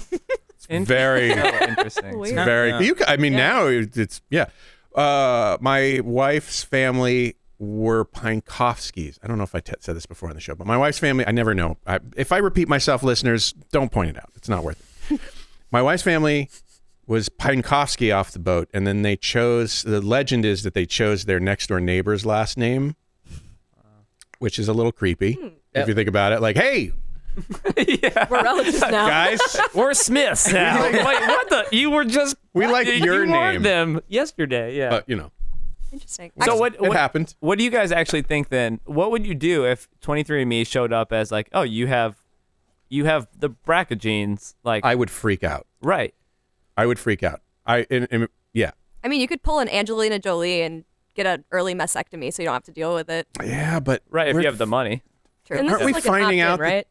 Speaker 6: Interesting.
Speaker 5: Very,
Speaker 6: Oh, interesting.
Speaker 2: Weird.
Speaker 5: very.
Speaker 3: Yeah.
Speaker 5: You. ca- I mean, now it- it's yeah. Uh, my wife's family were Pinekovskis. I don't know if I t- said this before on the show, but my wife's family. I never know. I, if I repeat myself, listeners, don't point it out. It's not worth it. my wife's family was Pinekovsky off the boat, and then they chose. The legend is that they chose their next door neighbor's last name, which is a little creepy
Speaker 3: Hmm.
Speaker 5: if you think about it. Like, hey,
Speaker 7: We're relatives
Speaker 3: Oh.
Speaker 7: now.
Speaker 5: guys.
Speaker 6: We're Smiths now. Wait, what the? You were just
Speaker 5: We like
Speaker 6: you
Speaker 5: your
Speaker 6: were
Speaker 5: name.
Speaker 6: them yesterday. Yeah.
Speaker 5: But you know,
Speaker 2: Interesting.
Speaker 6: so
Speaker 2: Actually,
Speaker 6: what?
Speaker 5: it
Speaker 6: What,
Speaker 5: happened.
Speaker 6: what do you guys actually think then? What would you do if 23andMe showed up as like, oh, you have, you have the BRCA genes, like
Speaker 5: I would freak out.
Speaker 6: right?
Speaker 5: I would freak out. I and, and- yeah.
Speaker 2: I mean, you could pull an Angelina Jolie and get an early mastectomy so you don't have to deal with it.
Speaker 5: Yeah, but
Speaker 6: Right, if
Speaker 5: we're-
Speaker 6: you have the money.
Speaker 7: And this
Speaker 5: Aren't
Speaker 7: is
Speaker 5: we
Speaker 7: like
Speaker 5: finding
Speaker 7: an
Speaker 5: out
Speaker 7: opt-in,
Speaker 5: that-
Speaker 7: right?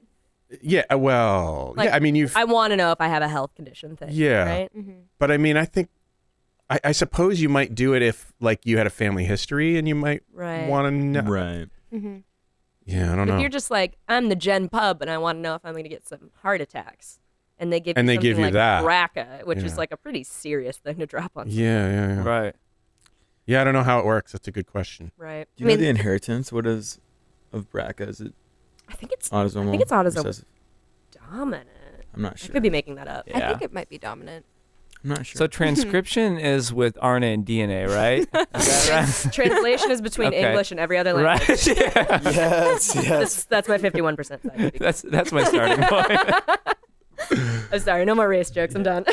Speaker 5: yeah, uh, well,
Speaker 7: Like,
Speaker 5: yeah. I mean, you've,
Speaker 7: I want to know if I have a health condition thing.
Speaker 5: Yeah.
Speaker 7: Right.
Speaker 5: but I mean, I think, I, I suppose you might do it if like you had a family history and you might
Speaker 7: Right.
Speaker 5: want to know.
Speaker 3: Right.
Speaker 5: Yeah, I don't
Speaker 7: If
Speaker 5: know.
Speaker 7: you're just like, I'm the Gen Pub, and I want to know if I'm gonna get some heart attacks, and they give
Speaker 5: And
Speaker 7: you
Speaker 5: they give
Speaker 7: something
Speaker 5: you that.
Speaker 7: like BRCA, which
Speaker 5: Yeah.
Speaker 7: is like a pretty serious thing to drop on.
Speaker 5: yeah, yeah, yeah.
Speaker 6: Right.
Speaker 5: Yeah, I don't know how it works. That's a good question.
Speaker 7: Right.
Speaker 3: Do you know
Speaker 2: I mean-
Speaker 3: the inheritance? What is of BRCA? Is it
Speaker 7: I think it's
Speaker 5: Uh,
Speaker 3: autosomal?
Speaker 7: I think it's autosomal
Speaker 3: recessive?
Speaker 7: dominant.
Speaker 3: I'm not
Speaker 7: I
Speaker 3: sure.
Speaker 7: could be making that up.
Speaker 2: I
Speaker 6: Yeah.
Speaker 2: think it might be dominant.
Speaker 3: I'm not sure.
Speaker 6: So transcription is with RNA and DNA, right?
Speaker 7: Translation is between
Speaker 6: Okay.
Speaker 7: English and every other language.
Speaker 6: right. Yeah.
Speaker 1: yes, yes.
Speaker 7: That's, that's my 51% side.
Speaker 6: That's that's my starting point.
Speaker 7: I'm sorry, no more race jokes. I'm done.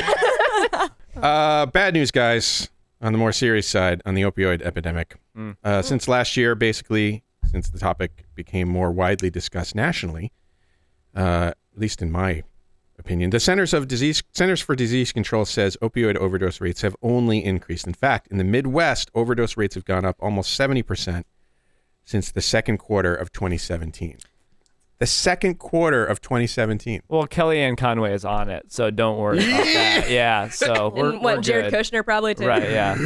Speaker 5: Uh, bad news, guys. On the more serious side, on the opioid epidemic, uh, since last year, basically, since the topic became more widely discussed nationally, uh, at least in my opinion, the Centers of Disease Centers for Disease Control says opioid overdose rates have only increased. In fact, in the Midwest, overdose rates have gone up almost seventy percent since the second quarter of 2017. The second quarter of 2017.
Speaker 6: Well, Kellyanne Conway is on it, so don't worry about that. Yeah. So we're,
Speaker 7: and what
Speaker 6: we're
Speaker 7: Jared
Speaker 6: good.
Speaker 7: Kushner probably did.
Speaker 6: Right. Yeah.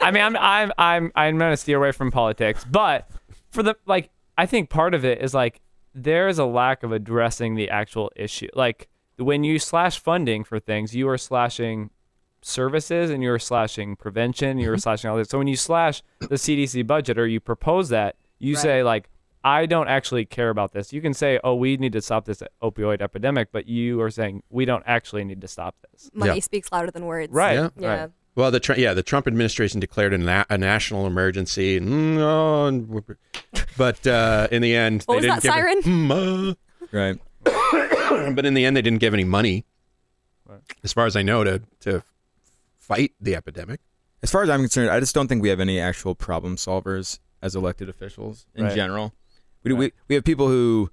Speaker 6: I mean, I'm I'm I'm I'm gonna steer away from politics, but for the like, I think part of it is like there is a lack of addressing the actual issue. Like when you slash funding for things, you are slashing services and you are slashing prevention, you are slashing all this. So when you slash the CDC budget or you propose that, you say like. I don't actually care about this. You can say, "Oh, we need to stop this opioid epidemic," but you are saying we don't actually need to stop this.
Speaker 2: Money
Speaker 5: Yeah.
Speaker 2: speaks louder than words.
Speaker 6: Right.
Speaker 5: Yeah.
Speaker 7: Yeah.
Speaker 6: Right.
Speaker 5: Well, the tr- yeah, the Trump administration declared a, na- a national emergency. Mm, oh, and- but uh, in the end,
Speaker 2: What
Speaker 5: they didn't
Speaker 2: was
Speaker 5: give
Speaker 2: that siren?
Speaker 5: Mm,
Speaker 3: right.
Speaker 5: uh, but in the end, they didn't give any money, as far as I know, to to fight the epidemic.
Speaker 3: As far as I'm concerned, I just don't think we have any actual problem solvers as elected officials in
Speaker 6: Right.
Speaker 3: general. We, do we we have people who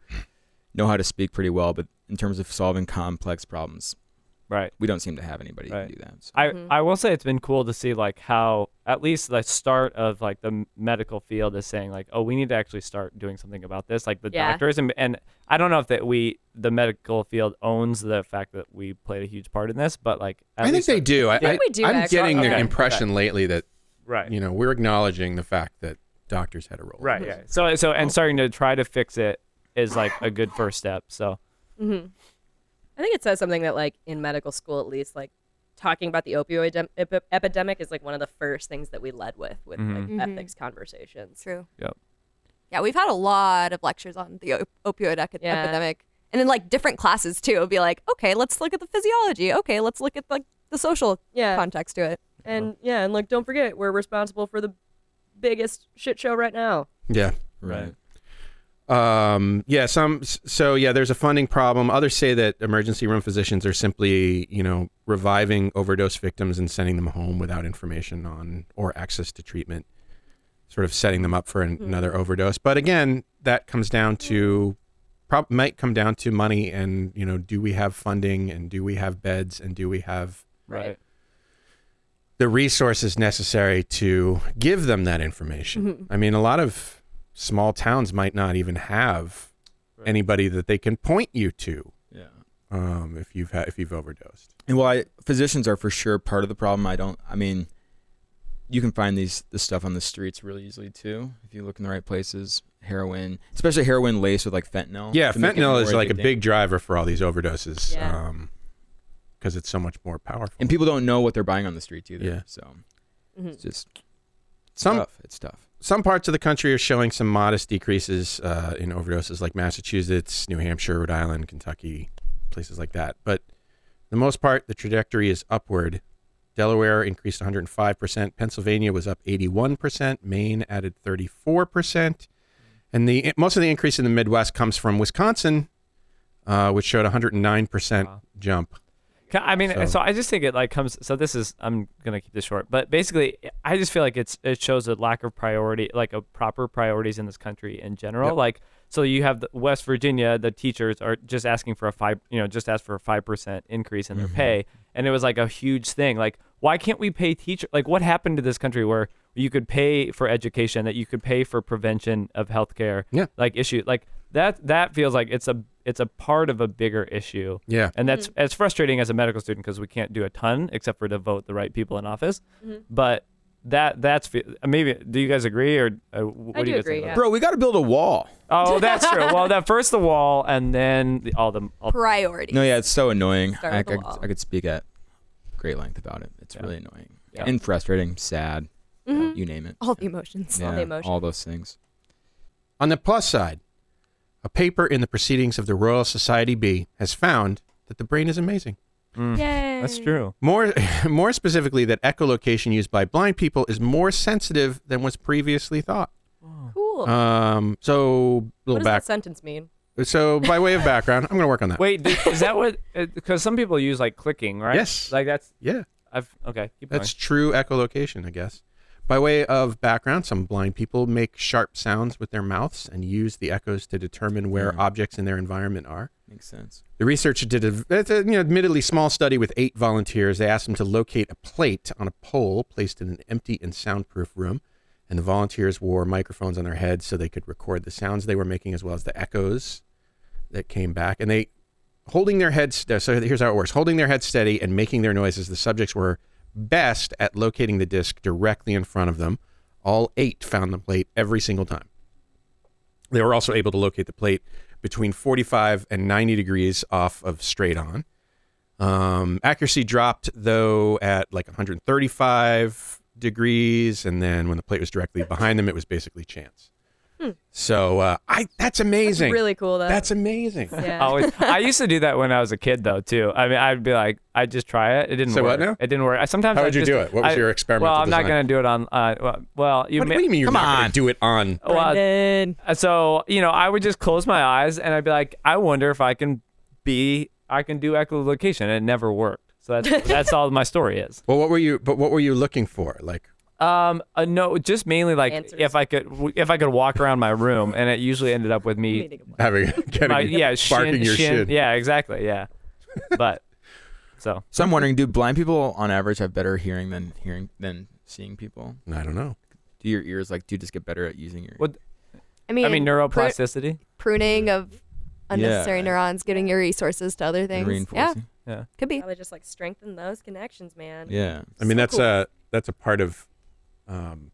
Speaker 3: know how to speak pretty well, but in terms of solving complex problems,
Speaker 6: Right.
Speaker 3: we don't seem to have anybody
Speaker 6: Right.
Speaker 3: who can do that. So.
Speaker 6: I, I will say it's been cool to see like how at least the start of like the m- medical field is saying like oh we need to actually start doing something about this like the
Speaker 7: Yeah.
Speaker 6: doctors and, and I don't know if that we the medical field owns the fact that we played a huge part in this but like
Speaker 5: I
Speaker 6: at
Speaker 5: think
Speaker 6: least-
Speaker 5: they do. I,
Speaker 7: think
Speaker 5: I,
Speaker 7: we do,
Speaker 5: I'm
Speaker 7: actually.
Speaker 5: getting the
Speaker 6: Okay.
Speaker 5: impression lately that
Speaker 6: right
Speaker 5: you know we're acknowledging the fact that doctors had a role. in
Speaker 6: right
Speaker 5: this.
Speaker 6: yeah so so and starting to try to fix it is like a good first step so
Speaker 7: I think it says something that, like, in medical school at least, like, talking about the opioid dem- ep- epidemic is, like, one of the first things that we led with with,
Speaker 6: Mm-hmm.
Speaker 7: like,
Speaker 2: Mhm. Mhm.
Speaker 7: ethics conversations.
Speaker 2: True.
Speaker 6: Yep.
Speaker 2: Yeah, weeve had a lot of lectures on the op- opioid ec-
Speaker 7: Yeah.
Speaker 2: epidemic, and in like different classes too. It'd be like, okay, let's look at the physiology. Okay, let's look at like the social
Speaker 7: Yeah.
Speaker 2: context to it.
Speaker 7: and, yeah, and, like, don't forget, we're responsible for the biggest shit show right now.
Speaker 5: Yeah.
Speaker 3: right.
Speaker 5: Um, yeah, some so yeah, there's a funding problem. Others say that emergency room physicians are simply, you know, reviving overdose victims and sending them home without information on or access to treatment, sort of setting them up for an, another overdose. But again, that comes down to prob- might come down to money and, you know, do we have funding and do we have beds and do we have
Speaker 6: right,
Speaker 5: the resources necessary to give them that information. I mean, a lot of small towns might not even have anybody that they can point you to
Speaker 3: Yeah.
Speaker 5: um, if you've had if you've overdosed.
Speaker 3: And while I, physicians are for sure part of the problem, I don't. I mean, you can find these this stuff on the streets really easily too if you look in the right places. Heroin, especially heroin laced with like fentanyl.
Speaker 5: Yeah,
Speaker 3: to make it
Speaker 5: fentanyl
Speaker 3: more
Speaker 5: is like a
Speaker 3: addicting.
Speaker 5: big driver for all these overdoses because
Speaker 7: Yeah.
Speaker 5: it's so much more powerful.
Speaker 3: and people don't know what they're buying on the streets either.
Speaker 5: Yeah.
Speaker 3: So
Speaker 7: Mm-hmm.
Speaker 3: it's just
Speaker 5: Some
Speaker 3: tough. It's tough.
Speaker 5: some parts of the country are showing some modest decreases uh, in overdoses, like Massachusetts, New Hampshire, Rhode Island, Kentucky, places like that. But for the most part, the trajectory is upward. Delaware increased 105%. Pennsylvania was up 81%. Maine added 34%. And the most of the increase in the Midwest comes from Wisconsin, uh, which showed 109%
Speaker 6: Wow.
Speaker 5: jump.
Speaker 6: Ca- I mean,
Speaker 5: So-
Speaker 6: so. I just think it like comes. So this is I'm gonna keep this short, but basically, I just feel like it's it shows a lack of priority, like a proper priorities in this country in general. Like, so you have the West Virginia, the teachers are just asking for a five, you know, just asked for a five percent increase in their
Speaker 5: Mm-hmm.
Speaker 6: pay, and it was like a huge thing. Like, why can't we pay teacher? Like, what happened to this country where you could pay for education, that you could pay for prevention of healthcare,
Speaker 5: Yeah.
Speaker 6: like issue, like that. That feels like it's a it's a part of a bigger issue.
Speaker 5: Yeah.
Speaker 6: And
Speaker 7: Mm.
Speaker 6: that's as frustrating as a medical student because we can't do a ton except for to vote the right people in office.
Speaker 7: Mm-hmm.
Speaker 6: But that that's fe- maybe do you guys agree or uh, what
Speaker 7: I
Speaker 6: do
Speaker 7: do
Speaker 6: you guys
Speaker 7: agree,
Speaker 6: think about
Speaker 7: yeah.
Speaker 6: that?
Speaker 3: Bro, we got to build a wall.
Speaker 6: Oh, that's true. Well, that first the wall and then the, all the all,
Speaker 2: Priority.
Speaker 3: No, yeah, it's so annoying.
Speaker 7: Start
Speaker 3: I, I,
Speaker 7: with the
Speaker 3: could-
Speaker 7: wall.
Speaker 3: I could speak at great length about it. It's really annoying
Speaker 6: Yeah.
Speaker 3: and frustrating, sad, you name it.
Speaker 7: Mm-hmm. Oh,
Speaker 2: All the emotions.
Speaker 3: Yeah,
Speaker 7: the emotions.
Speaker 3: all those things.
Speaker 5: On the plus side, a paper in the Proceedings of the Royal Society B has found that the brain is amazing.
Speaker 7: Yay.
Speaker 6: That's true.
Speaker 5: More, more specifically, that echolocation used by blind people is more sensitive than was previously thought.
Speaker 7: Cool.
Speaker 5: Um, so,
Speaker 2: What
Speaker 5: little
Speaker 2: does
Speaker 5: back.
Speaker 2: that sentence mean?
Speaker 5: So, by way of background, I'm going to work on that.
Speaker 6: Wait, th- is that what? Because some people use like clicking, right?
Speaker 5: Yes.
Speaker 6: Like that's
Speaker 5: Yeah,
Speaker 6: I've okay. Keep
Speaker 5: that's true echolocation, I guess. By way of background, some blind people make sharp sounds with their mouths and use the echoes to determine where
Speaker 6: Hmm.
Speaker 5: objects in their environment are.
Speaker 3: Makes sense.
Speaker 5: The researcher did a, it's a you know, admittedly small study with eight volunteers. They asked them to locate a plate on a pole placed in an empty and soundproof room. And the volunteers wore microphones on their heads so they could record the sounds they were making as well as the echoes that came back. And they, holding their heads, uh, so here's how it works holding their heads steady and making their noises, the subjects were best at locating the disc directly in front of them. All eight found the plate every single time. They were also able to locate the plate between 45 and 90 degrees off of straight on. Um, accuracy dropped though at like 135 degrees, and then when the plate was directly behind them, it was basically chance. So uh, I that's amazing.
Speaker 2: Hmm. Really cool though.
Speaker 5: that's amazing.
Speaker 2: yeah.
Speaker 6: Always. I used to do that when I was a kid though too. I mean, I'd be like, I just try it. It didn't
Speaker 5: So
Speaker 6: work.
Speaker 5: what now?
Speaker 6: It didn't work. I sometimes.
Speaker 5: How
Speaker 6: I
Speaker 5: would you
Speaker 6: just-
Speaker 5: do it? What was
Speaker 6: I-
Speaker 5: your experimental
Speaker 6: Well, I'm not
Speaker 5: design?
Speaker 6: gonna do it on. Uh, well- well, you
Speaker 5: What,
Speaker 6: ma-
Speaker 5: what do you mean you're
Speaker 3: Come
Speaker 5: not going
Speaker 3: on.
Speaker 5: to do it on?
Speaker 6: well,
Speaker 2: Brendan.
Speaker 6: Uh, So, you know, I would just close my eyes and I'd be like, I wonder if I can be, I can do echolocation. And it never worked. So that's, that's all my story is.
Speaker 5: Well, what were you? But what were you looking for? Like,
Speaker 6: Um, uh, no, just mainly like
Speaker 2: Answers.
Speaker 6: if I could, if I could walk around my room and it usually ended up with me,
Speaker 5: having getting
Speaker 6: my, yeah,
Speaker 5: barking
Speaker 6: shin,
Speaker 5: your
Speaker 6: shin,
Speaker 5: shit.
Speaker 6: Yeah, exactly. Yeah. But so
Speaker 3: So I'm wondering, do blind people on average have better hearing than hearing than seeing people?
Speaker 5: I don't know.
Speaker 3: Do your ears like do you just get better at using your?
Speaker 6: What-
Speaker 7: I mean,
Speaker 6: I mean,
Speaker 7: pru-
Speaker 6: neuroplasticity.
Speaker 7: pruning of unnecessary
Speaker 3: Yeah.
Speaker 7: neurons, giving your resources to other things. Yeah,
Speaker 3: Reinforcing.
Speaker 7: could be.
Speaker 2: Probably just like strengthen those connections, man.
Speaker 3: Yeah.
Speaker 5: I mean,
Speaker 2: So
Speaker 5: that's
Speaker 2: cool.
Speaker 5: a that's a part of, um,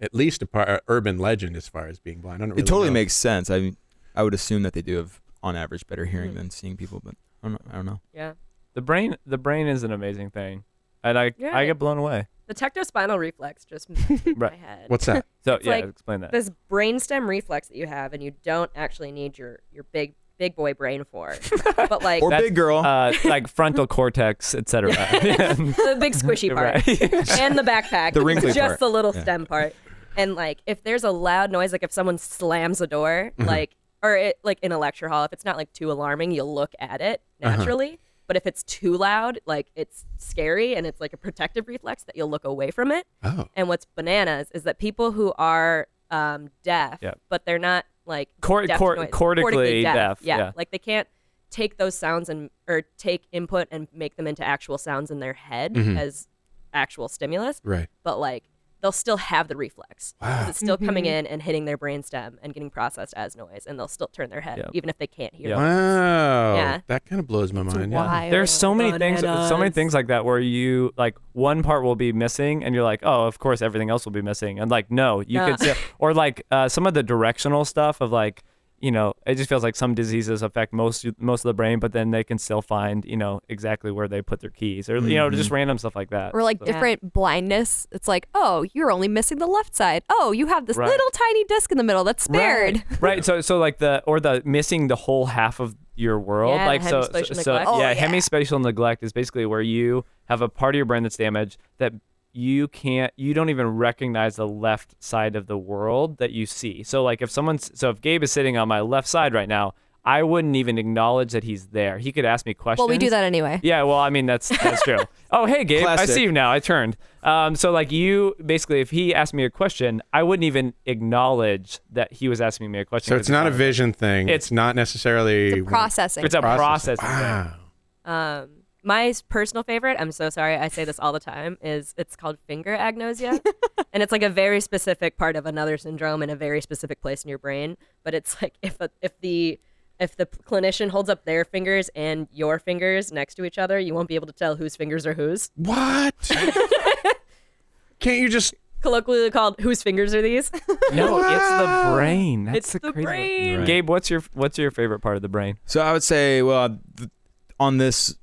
Speaker 5: at least a part uh, urban legend as far as being blind. I don't really
Speaker 3: it totally
Speaker 5: know.
Speaker 3: makes sense. I I would assume that they do have on average better
Speaker 6: Hmm.
Speaker 3: hearing than seeing people, but I don't know. I don't know.
Speaker 2: Yeah.
Speaker 6: The brain, the brain is an amazing thing. And I,
Speaker 2: Yeah.
Speaker 6: I get blown away.
Speaker 2: The tectospinal reflex just messed with my
Speaker 6: Right.
Speaker 2: head.
Speaker 5: What's that?
Speaker 6: So
Speaker 2: It's
Speaker 6: yeah,
Speaker 2: like
Speaker 6: explain that.
Speaker 2: this brainstem reflex that you have, and you don't actually need your your big big boy brain for, but like
Speaker 3: Or
Speaker 6: That's-
Speaker 3: big girl.
Speaker 6: Uh, like frontal cortex, et cetera.
Speaker 2: the big squishy part
Speaker 6: Right.
Speaker 2: and the backpack,
Speaker 3: The wrinkly
Speaker 2: just
Speaker 3: part.
Speaker 2: the little stem part. And like, if there's a loud noise, like if someone slams a door,
Speaker 3: Mm-hmm.
Speaker 2: like or it like in a lecture hall, if it's not like too alarming, you'll look at it
Speaker 3: Uh-huh.
Speaker 2: naturally. But if it's too loud, like it's scary and it's like a protective reflex that you'll look away from it.
Speaker 5: Oh,
Speaker 2: And what's bananas is that people who are um, deaf,
Speaker 6: Yeah.
Speaker 2: but they're not like
Speaker 6: Cor-
Speaker 2: deaf
Speaker 6: cor-
Speaker 2: to noise-
Speaker 6: cortically deaf,
Speaker 2: Yeah.
Speaker 6: yeah.
Speaker 2: like they can't take those sounds and or take input and make them into actual sounds in their head
Speaker 6: Mm-hmm.
Speaker 2: as actual stimulus.
Speaker 5: right.
Speaker 2: But like they'll still have the reflex. 'Cause It's still coming
Speaker 7: Mm-hmm.
Speaker 2: in and hitting their brainstem and getting processed as noise, and they'll still turn their head
Speaker 6: Yeah.
Speaker 2: even if they can't hear.
Speaker 6: Yeah.
Speaker 2: it.
Speaker 5: Wow.
Speaker 2: Yeah.
Speaker 5: That kind of blows my mind. yeah.
Speaker 7: Wild.
Speaker 6: There's so many things, so many
Speaker 2: Bananas.
Speaker 6: things like that where you like one part will be missing, and you're like, oh, of course everything else will be missing, and like no, you could still, or like uh, some of the directional stuff of like you know it just feels like some diseases affect most most of the brain, but then they can still find you know exactly where they put their keys or you know just random stuff like that.
Speaker 7: Or like different blindness. It's like, oh, you're only missing the left side. Oh, you have this
Speaker 6: Right.
Speaker 7: little tiny disc in the middle that's spared.
Speaker 6: Right. right. So so like the or the missing the whole half of your world.
Speaker 2: Yeah,
Speaker 6: like so so,
Speaker 2: hemispatial
Speaker 6: so-
Speaker 7: Oh,
Speaker 2: neglect.
Speaker 6: yeah, hemispatial neglect is basically where you have a part of your brain that's damaged that you can't you don't even recognize the left side of the world that you see. So like if someone's so if Gabe is sitting on my left side right now, I wouldn't even acknowledge that he's there. He could ask me questions.
Speaker 7: Well, we do that anyway.
Speaker 6: Yeah, well, I mean that's that's true. oh, hey, Gabe,
Speaker 3: Classic.
Speaker 6: I see you now. I turned. Um, so like you basically, if he asked me a question, I wouldn't even acknowledge that he was asking me a question.
Speaker 5: So
Speaker 6: 'cause
Speaker 5: it's not a
Speaker 6: not-
Speaker 5: vision thing. It's,
Speaker 6: It's-
Speaker 5: not necessarily
Speaker 7: It's a processing.
Speaker 6: It's a process.
Speaker 5: Wow.
Speaker 2: Um, my s- personal favorite, I'm so sorry, I say this all the time, is it's called finger agnosia. and it's like a very specific part of another syndrome in a very specific place in your brain. But it's like if a, if the if the clinician holds up their fingers and your fingers next to each other, you won't be able to tell whose fingers are whose.
Speaker 5: What? Can't you just?
Speaker 2: Colloquially called whose fingers are these?
Speaker 6: No, it's the brain. That's
Speaker 2: it's the
Speaker 6: crazy one.
Speaker 2: brain.
Speaker 3: Right.
Speaker 6: Gabe, what's your what's your favorite part of the brain?
Speaker 3: So I would say, well, th- on this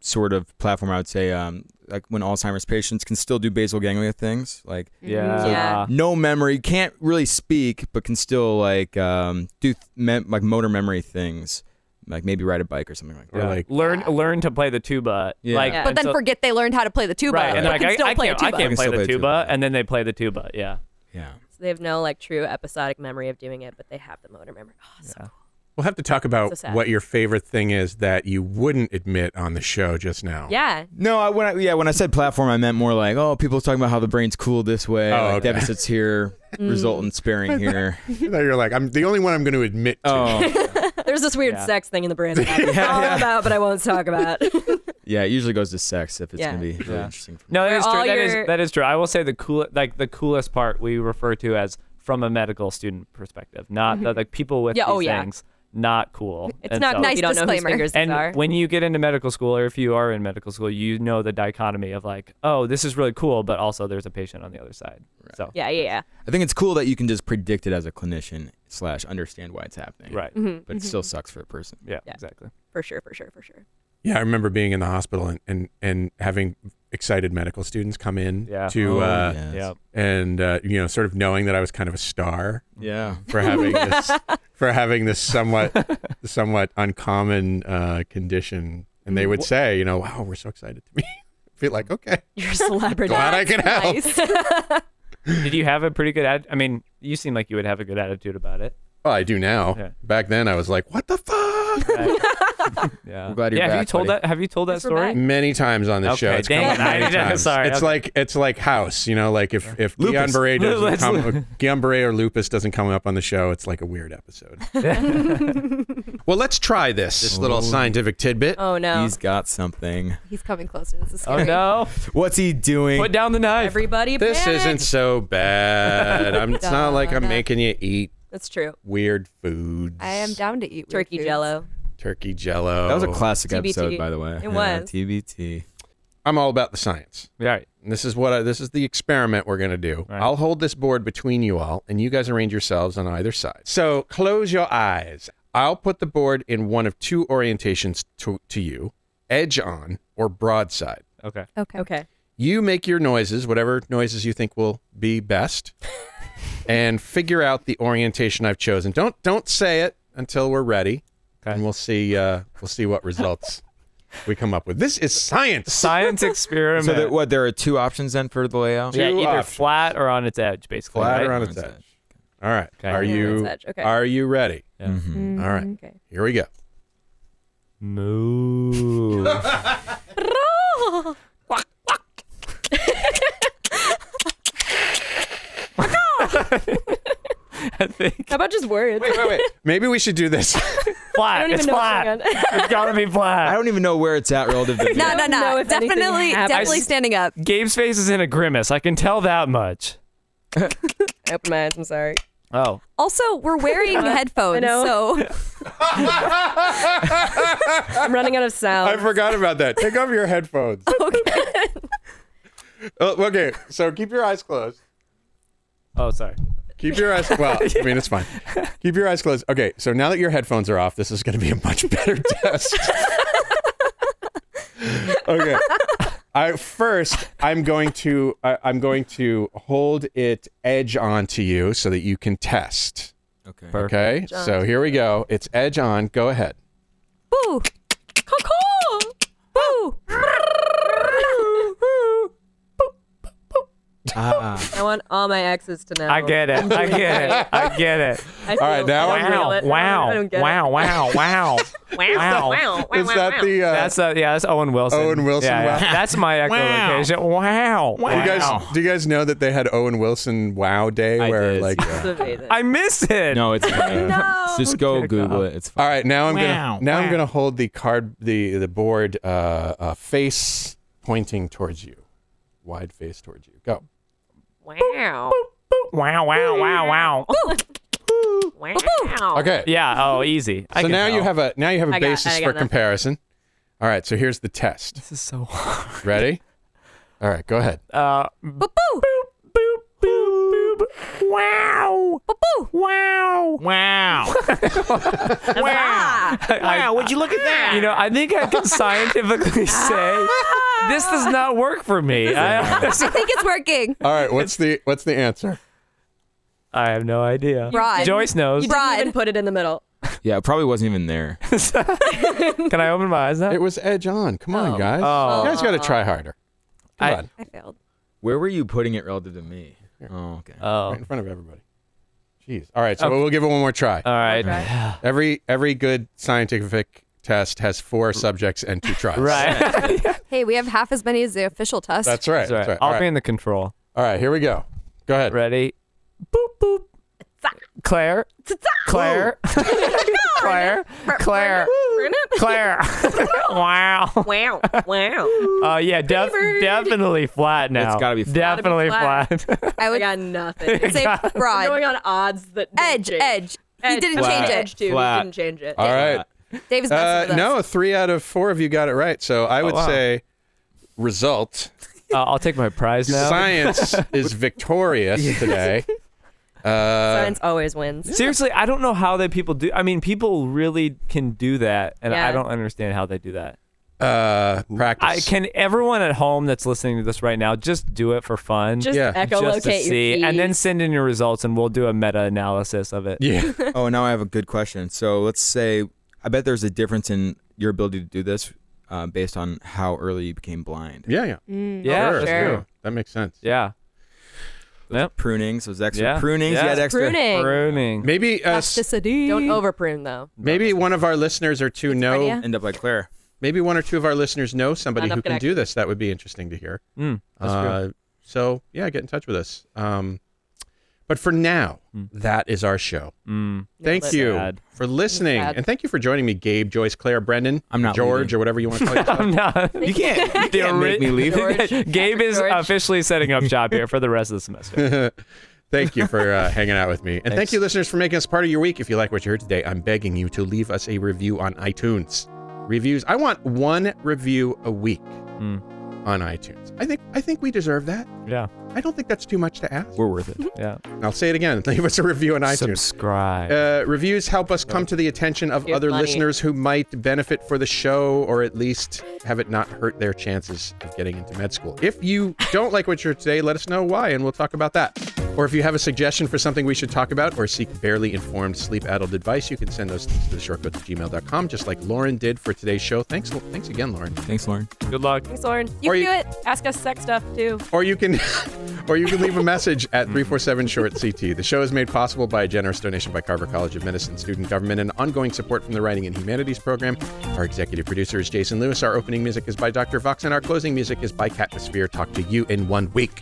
Speaker 3: sort of platform, I would say um, like when Alzheimer's patients can still do basal ganglia things, like
Speaker 2: Mm-hmm.
Speaker 6: Yeah.
Speaker 7: Yeah.
Speaker 3: no memory, can't really speak, but can still like um, do th- mem- like motor memory things, like maybe ride a bike or something like that.
Speaker 5: Or
Speaker 6: Yeah.
Speaker 5: like-
Speaker 6: learn learn to play the tuba.
Speaker 3: Yeah.
Speaker 6: Like,
Speaker 7: Yeah.
Speaker 2: But then
Speaker 6: until-
Speaker 2: forget they learned how to play the tuba.
Speaker 6: right, and
Speaker 2: but
Speaker 6: like
Speaker 2: can
Speaker 6: I,
Speaker 2: still
Speaker 6: I
Speaker 2: play
Speaker 6: can't,
Speaker 2: a
Speaker 6: I
Speaker 2: tuba.
Speaker 6: can't
Speaker 3: Can
Speaker 6: play
Speaker 3: still
Speaker 6: the
Speaker 3: play
Speaker 6: tuba,
Speaker 3: tuba.
Speaker 6: and then they play the tuba. Yeah.
Speaker 3: Yeah.
Speaker 7: So they have no like true episodic memory of doing it, but they have the motor memory. Oh, so cool.
Speaker 5: We'll have to talk about
Speaker 7: sad.
Speaker 5: what your favorite thing is that you wouldn't admit on the show just now.
Speaker 7: Yeah.
Speaker 3: No, I when I yeah when I said platform, I meant more like oh people talking about how the brain's cool this way,
Speaker 5: Oh,
Speaker 3: like
Speaker 5: okay.
Speaker 3: deficits here, resultant sparing here.
Speaker 5: Now you're like, I'm the only one I'm going to admit to.
Speaker 3: Oh
Speaker 7: There's this weird
Speaker 6: Yeah.
Speaker 7: sex thing in the brand that I'm all about, but I won't talk about.
Speaker 3: yeah, it usually goes to sex if it's
Speaker 7: Yeah.
Speaker 3: gonna be really interesting. For me.
Speaker 6: No, that
Speaker 7: Where
Speaker 6: is true.
Speaker 7: all
Speaker 6: That is
Speaker 7: your-
Speaker 6: that is true. I will say the cool like the coolest part we refer to as from a medical student perspective, not the, like people with
Speaker 7: Yeah,
Speaker 6: these
Speaker 7: oh, yeah.
Speaker 6: things. Not cool.
Speaker 7: It's
Speaker 6: And so-
Speaker 7: not cool.
Speaker 2: Nice
Speaker 7: if you don't know whose
Speaker 2: disclaimer.
Speaker 7: fingers these
Speaker 6: And
Speaker 7: are.
Speaker 6: when you get into medical school, or if you are in medical school, you know the dichotomy of like, oh, this is really cool, but also there's a patient on the other side. So
Speaker 7: yeah, yeah, yeah.
Speaker 3: I think it's cool that you can just predict it as a clinician slash understand why it's happening.
Speaker 6: right,
Speaker 3: But it still sucks for a person.
Speaker 6: yeah,
Speaker 7: Yeah.
Speaker 6: exactly.
Speaker 7: Mm-hmm. For sure, for sure, for sure.
Speaker 5: Yeah, I remember being in the hospital and and, and having excited medical students come in
Speaker 6: Yeah. Oh,
Speaker 5: to uh,
Speaker 3: yes.
Speaker 6: Yeah,
Speaker 5: and uh, you know sort of knowing that I was kind of a star
Speaker 3: Yeah.
Speaker 5: for having this for having this somewhat somewhat uncommon uh, condition, and they would say, you know, wow, we're so excited to meet. you." Feel like okay,
Speaker 7: You're a celebrity.
Speaker 5: glad I can help.
Speaker 6: did you have a pretty good? Ad- I mean, you seem like you would have a good attitude about it.
Speaker 5: Well, I do now.
Speaker 6: Yeah.
Speaker 5: Back then, I was like, what the fuck.
Speaker 6: Yeah,
Speaker 3: We're glad you're
Speaker 6: yeah. have you
Speaker 3: back,
Speaker 6: told
Speaker 3: buddy.
Speaker 6: that? Have you told that
Speaker 7: Yes, we're
Speaker 6: story?
Speaker 7: back.
Speaker 5: Many times on the show,
Speaker 6: Okay,
Speaker 5: it's come
Speaker 6: dang
Speaker 5: up
Speaker 6: it. I
Speaker 5: many
Speaker 6: didn't-
Speaker 5: times.
Speaker 6: sorry,
Speaker 5: it's
Speaker 6: okay.
Speaker 5: like it's like House, you know, like if if Guillain
Speaker 3: Lupus.
Speaker 5: Barre doesn't
Speaker 6: Lupus.
Speaker 5: come, Guillain Barre or Lupus doesn't come up on the show, it's like a weird episode. well, let's try this, little scientific tidbit.
Speaker 7: Oh no.
Speaker 3: He's got something.
Speaker 2: He's coming closer. This is
Speaker 6: Oh
Speaker 2: scary.
Speaker 6: no!
Speaker 3: What's he doing?
Speaker 6: Put down the knife.
Speaker 7: Everybody
Speaker 5: This
Speaker 7: panic.
Speaker 5: isn't so bad. I'm, it's not like I'm making you eat
Speaker 7: That's true.
Speaker 5: weird foods.
Speaker 2: I am down to eat weird
Speaker 7: Turkey
Speaker 2: foods.
Speaker 7: jello.
Speaker 5: turkey jello.
Speaker 3: that was a classic
Speaker 7: TBT.
Speaker 3: episode, by the way.
Speaker 7: It
Speaker 3: Yeah,
Speaker 7: was.
Speaker 3: TBT.
Speaker 5: I'm all about the science.
Speaker 6: All right.
Speaker 5: And This is what I, this is the experiment we're going to do.
Speaker 6: Right.
Speaker 5: I'll hold this board between you all, and you guys arrange yourselves on either side. So close your eyes. I'll put the board in one of two orientations to, to you: edge on or broadside.
Speaker 6: Okay.
Speaker 2: Okay.
Speaker 7: Okay.
Speaker 5: You make your noises, whatever noises you think will be best, and figure out the orientation I've chosen. Don't don't say it until we're ready,
Speaker 6: Okay.
Speaker 5: and we'll see uh, we'll see what results we come up with. This is science.
Speaker 6: Science experiment.
Speaker 3: So that, what? There are two options then for the layout.
Speaker 6: yeah,
Speaker 5: two
Speaker 6: either
Speaker 5: options.
Speaker 6: flat or on its edge, basically.
Speaker 5: Flat
Speaker 6: right?
Speaker 5: or on its edge. All right.
Speaker 6: Okay.
Speaker 5: Are
Speaker 6: Yeah,
Speaker 5: you
Speaker 7: that's edge. Okay.
Speaker 5: are you ready?
Speaker 6: Yeah.
Speaker 5: All right.
Speaker 7: Okay.
Speaker 5: Here we go.
Speaker 6: Move. I think
Speaker 7: How about just words?
Speaker 5: wait, wait. Maybe we should do this.
Speaker 7: I
Speaker 6: flat.
Speaker 7: don't even
Speaker 6: It's
Speaker 7: know
Speaker 6: flat.
Speaker 7: what's going on.
Speaker 6: It's gotta be
Speaker 3: I
Speaker 6: flat.
Speaker 3: don't even know where it's at relative to.
Speaker 2: No,
Speaker 7: I
Speaker 2: no,
Speaker 7: don't know
Speaker 2: no.
Speaker 7: if anything
Speaker 2: Definitely,
Speaker 7: happened.
Speaker 2: definitely
Speaker 7: I-
Speaker 2: standing up.
Speaker 6: Gabe's face is in a grimace. I can tell that much.
Speaker 7: I opened my eyes. I'm sorry.
Speaker 6: Oh,
Speaker 2: Also, we're wearing headphones,
Speaker 7: know.
Speaker 2: so
Speaker 7: I'm running out of sound.
Speaker 5: I forgot about that. Take off your headphones. Okay. okay. So keep your eyes closed.
Speaker 6: oh, sorry.
Speaker 5: Keep your eyes. Well, I mean, it's fine. Keep your eyes closed. Okay. So now that your headphones are off, this is going to be a much better test. okay. I first, I'm going to I, I'm going to hold it edge on to you so that you can test.
Speaker 3: Okay.
Speaker 6: Perfect.
Speaker 5: Okay. So here we go. It's edge on. Go ahead.
Speaker 2: boo, Caw-caw. boo.
Speaker 3: Ah,
Speaker 7: I want all my exes to know.
Speaker 6: I get it. I get it. I get it.
Speaker 7: I feel,
Speaker 5: All right, now
Speaker 7: I
Speaker 5: I'm
Speaker 7: feel
Speaker 6: Wow!
Speaker 7: it. I
Speaker 6: Wow!
Speaker 7: don't get it.
Speaker 6: Wow! Wow! Wow! Wow!
Speaker 7: Wow.
Speaker 5: Is that the uh,
Speaker 6: That's uh, yeah. That's Owen Wilson.
Speaker 5: Owen Wilson,
Speaker 6: Yeah, yeah.
Speaker 5: wow.
Speaker 6: That's my echolocation. Wow! Wow!
Speaker 5: Do you guys do you guys know that they had Owen Wilson Wow Day
Speaker 3: I
Speaker 5: where
Speaker 3: did,
Speaker 5: like
Speaker 3: yeah.
Speaker 7: That's amazing.
Speaker 6: I miss it.
Speaker 3: no, it's just go Google it. It's fine.
Speaker 5: all right now I'm gonna now I'm gonna hold the card the the board uh, uh, face pointing towards you wide face towards you go
Speaker 7: Wow.
Speaker 6: Wow! Wow! Wow! Wow!
Speaker 7: Wow.
Speaker 5: okay
Speaker 6: Yeah. Oh, easy. I
Speaker 5: so
Speaker 6: can
Speaker 5: now you
Speaker 6: tell.
Speaker 5: have a now you have a
Speaker 7: I got-
Speaker 5: basis
Speaker 7: I
Speaker 5: for
Speaker 7: got nothing.
Speaker 5: comparison all right so here's the test
Speaker 6: This is so hard.
Speaker 5: ready all right go ahead
Speaker 6: Uh,
Speaker 2: Boo, boo,
Speaker 6: boop boop boop. Wow!
Speaker 2: boo, boo.
Speaker 6: Wow! Wow.
Speaker 8: Wow. wow. Wow. Would you look at that?
Speaker 6: You know, I think I can scientifically say this does not work for me. I,
Speaker 2: I think it's working.
Speaker 5: All right, what's the what's the answer?
Speaker 6: I have no idea.
Speaker 2: Broad.
Speaker 6: Joyce knows.
Speaker 2: You did-
Speaker 7: Even put it in the middle.
Speaker 3: Yeah, it probably wasn't even there.
Speaker 6: Can I open my eyes now?
Speaker 5: It was edge on. Come
Speaker 7: Oh.
Speaker 5: on, guys. You guys got to try harder. Come
Speaker 6: Oh. I-
Speaker 5: on,
Speaker 2: I failed.
Speaker 3: Where were you putting it relative to me? Oh, okay.
Speaker 5: right
Speaker 6: oh.
Speaker 5: in front of everybody. Jeez. All right, so we'll give it one more try.
Speaker 6: All right.
Speaker 5: every every good scientific test has four subjects and two tries.
Speaker 6: Right.
Speaker 2: Hey, we have half as many as the official test.
Speaker 5: That's right.
Speaker 6: That's right.
Speaker 5: That's right.
Speaker 6: I'll
Speaker 5: All, right.
Speaker 6: be in the control.
Speaker 5: All right, here we go. Go ahead.
Speaker 6: Ready? Boop boop. Claire. Claire. Claire. Claire. Claire. wow.
Speaker 7: Wow. Wow.
Speaker 6: Uh, yeah, def- definitely flat now.
Speaker 3: It's gotta be flat.
Speaker 6: Definitely
Speaker 7: Gotta
Speaker 6: flat.
Speaker 2: I
Speaker 7: I
Speaker 2: would
Speaker 7: got nothing.
Speaker 2: say broad.
Speaker 7: going on odds that didn't
Speaker 2: Edge,
Speaker 7: change.
Speaker 2: edge. He didn't
Speaker 7: Flat.
Speaker 2: change
Speaker 7: Edge
Speaker 2: it.
Speaker 7: too.
Speaker 3: Flat.
Speaker 7: He didn't change it.
Speaker 5: All right.
Speaker 2: Dave is messing
Speaker 5: Uh,
Speaker 2: with us.
Speaker 5: no, three out of four of you got it right. So I would
Speaker 6: Oh, wow.
Speaker 5: say result
Speaker 6: uh, I'll take my prize now.
Speaker 5: science is victorious today. Uh,
Speaker 7: Science always wins.
Speaker 6: Seriously, I don't know how that people do. I mean, people really can do that, and
Speaker 7: Yeah.
Speaker 6: I don't understand how they do that.
Speaker 5: Uh, practice.
Speaker 6: I can everyone at home that's listening to this right now just do it for fun,
Speaker 7: Just
Speaker 5: Yeah.
Speaker 7: echolocate
Speaker 6: just to
Speaker 7: your
Speaker 6: see, and then
Speaker 7: feed.
Speaker 6: send in your results, and we'll do a meta analysis of it.
Speaker 5: Yeah.
Speaker 3: oh, now I have a good question. So let's say I bet there's a difference in your ability to do this uh, based on how early you became blind.
Speaker 5: Yeah. Yeah.
Speaker 6: Yeah,
Speaker 5: Sure,
Speaker 6: that's
Speaker 5: sure.
Speaker 6: true.
Speaker 5: That makes sense.
Speaker 6: yeah. Yep.
Speaker 3: Pruning, so it's extra
Speaker 6: Yeah.
Speaker 3: pruning.
Speaker 6: Yeah.
Speaker 3: You had extra.
Speaker 2: Pruning.
Speaker 6: Pruning.
Speaker 5: Maybe uh, s-
Speaker 2: Plasticity.
Speaker 7: Don't overprune though.
Speaker 5: maybe one of our listeners or two know.
Speaker 2: Schizophrenia.
Speaker 3: End up like Claire.
Speaker 5: Maybe one or two of our listeners know somebody
Speaker 7: Line up
Speaker 5: who can
Speaker 7: connection.
Speaker 5: do this. That would be interesting to hear.
Speaker 6: Mm, that's true.
Speaker 5: Uh, so yeah, get in touch with us. Um, but for now, that is our show.
Speaker 6: Mm.
Speaker 5: Thank you
Speaker 6: Sad.
Speaker 5: for listening,
Speaker 7: Sad.
Speaker 5: and thank you for joining me, Gabe, Joyce, Claire, Brendan,
Speaker 3: I'm not
Speaker 5: George,
Speaker 3: leaving.
Speaker 5: or whatever you want to call yourself.
Speaker 6: I'm not.
Speaker 3: You can't. You
Speaker 6: The
Speaker 3: can't make
Speaker 6: ori-
Speaker 3: me leave.
Speaker 6: Gabe is
Speaker 7: George.
Speaker 6: officially setting up shop here for the rest of the semester.
Speaker 5: Thank you for uh, hanging out with me. And thank you, listeners, for making us part of your week. If you like what you heard today, I'm begging you to leave us a review on iTunes. Reviews. I want one review a week
Speaker 6: Mm.
Speaker 5: on iTunes. I think I think we deserve that.
Speaker 6: Yeah,
Speaker 5: I don't think that's too much to ask.
Speaker 3: We're worth it.
Speaker 6: yeah.
Speaker 5: I'll say it again. Leave us a review on iTunes.
Speaker 6: Subscribe.
Speaker 5: Uh, reviews help us come to the attention of
Speaker 7: Give
Speaker 5: other
Speaker 7: money.
Speaker 5: listeners who might benefit for the show or at least have it not hurt their chances of getting into med school. If you don't like what you're today, let us know why and we'll talk about that. Or if you have a suggestion for something we should talk about or seek barely informed sleep addled advice, you can send those things to the shortcut to gmail.com, just like Lauren did for today's show. Thanks, thanks again, Lauren.
Speaker 3: Thanks, Lauren.
Speaker 6: Good luck.
Speaker 7: Thanks, Lauren.
Speaker 2: You
Speaker 5: Or
Speaker 2: can
Speaker 5: you-
Speaker 2: do it.
Speaker 7: Ask us sex stuff too.
Speaker 5: Or you can or you can leave a message at 347 short CT. The show is made possible by a generous donation by Carver College of Medicine student government and ongoing support from the Writing and Humanities program. Our executive producer is Jason Lewis. Our opening music is by Dr. Vox and our closing music is by Catmosphere. Talk to you in one week.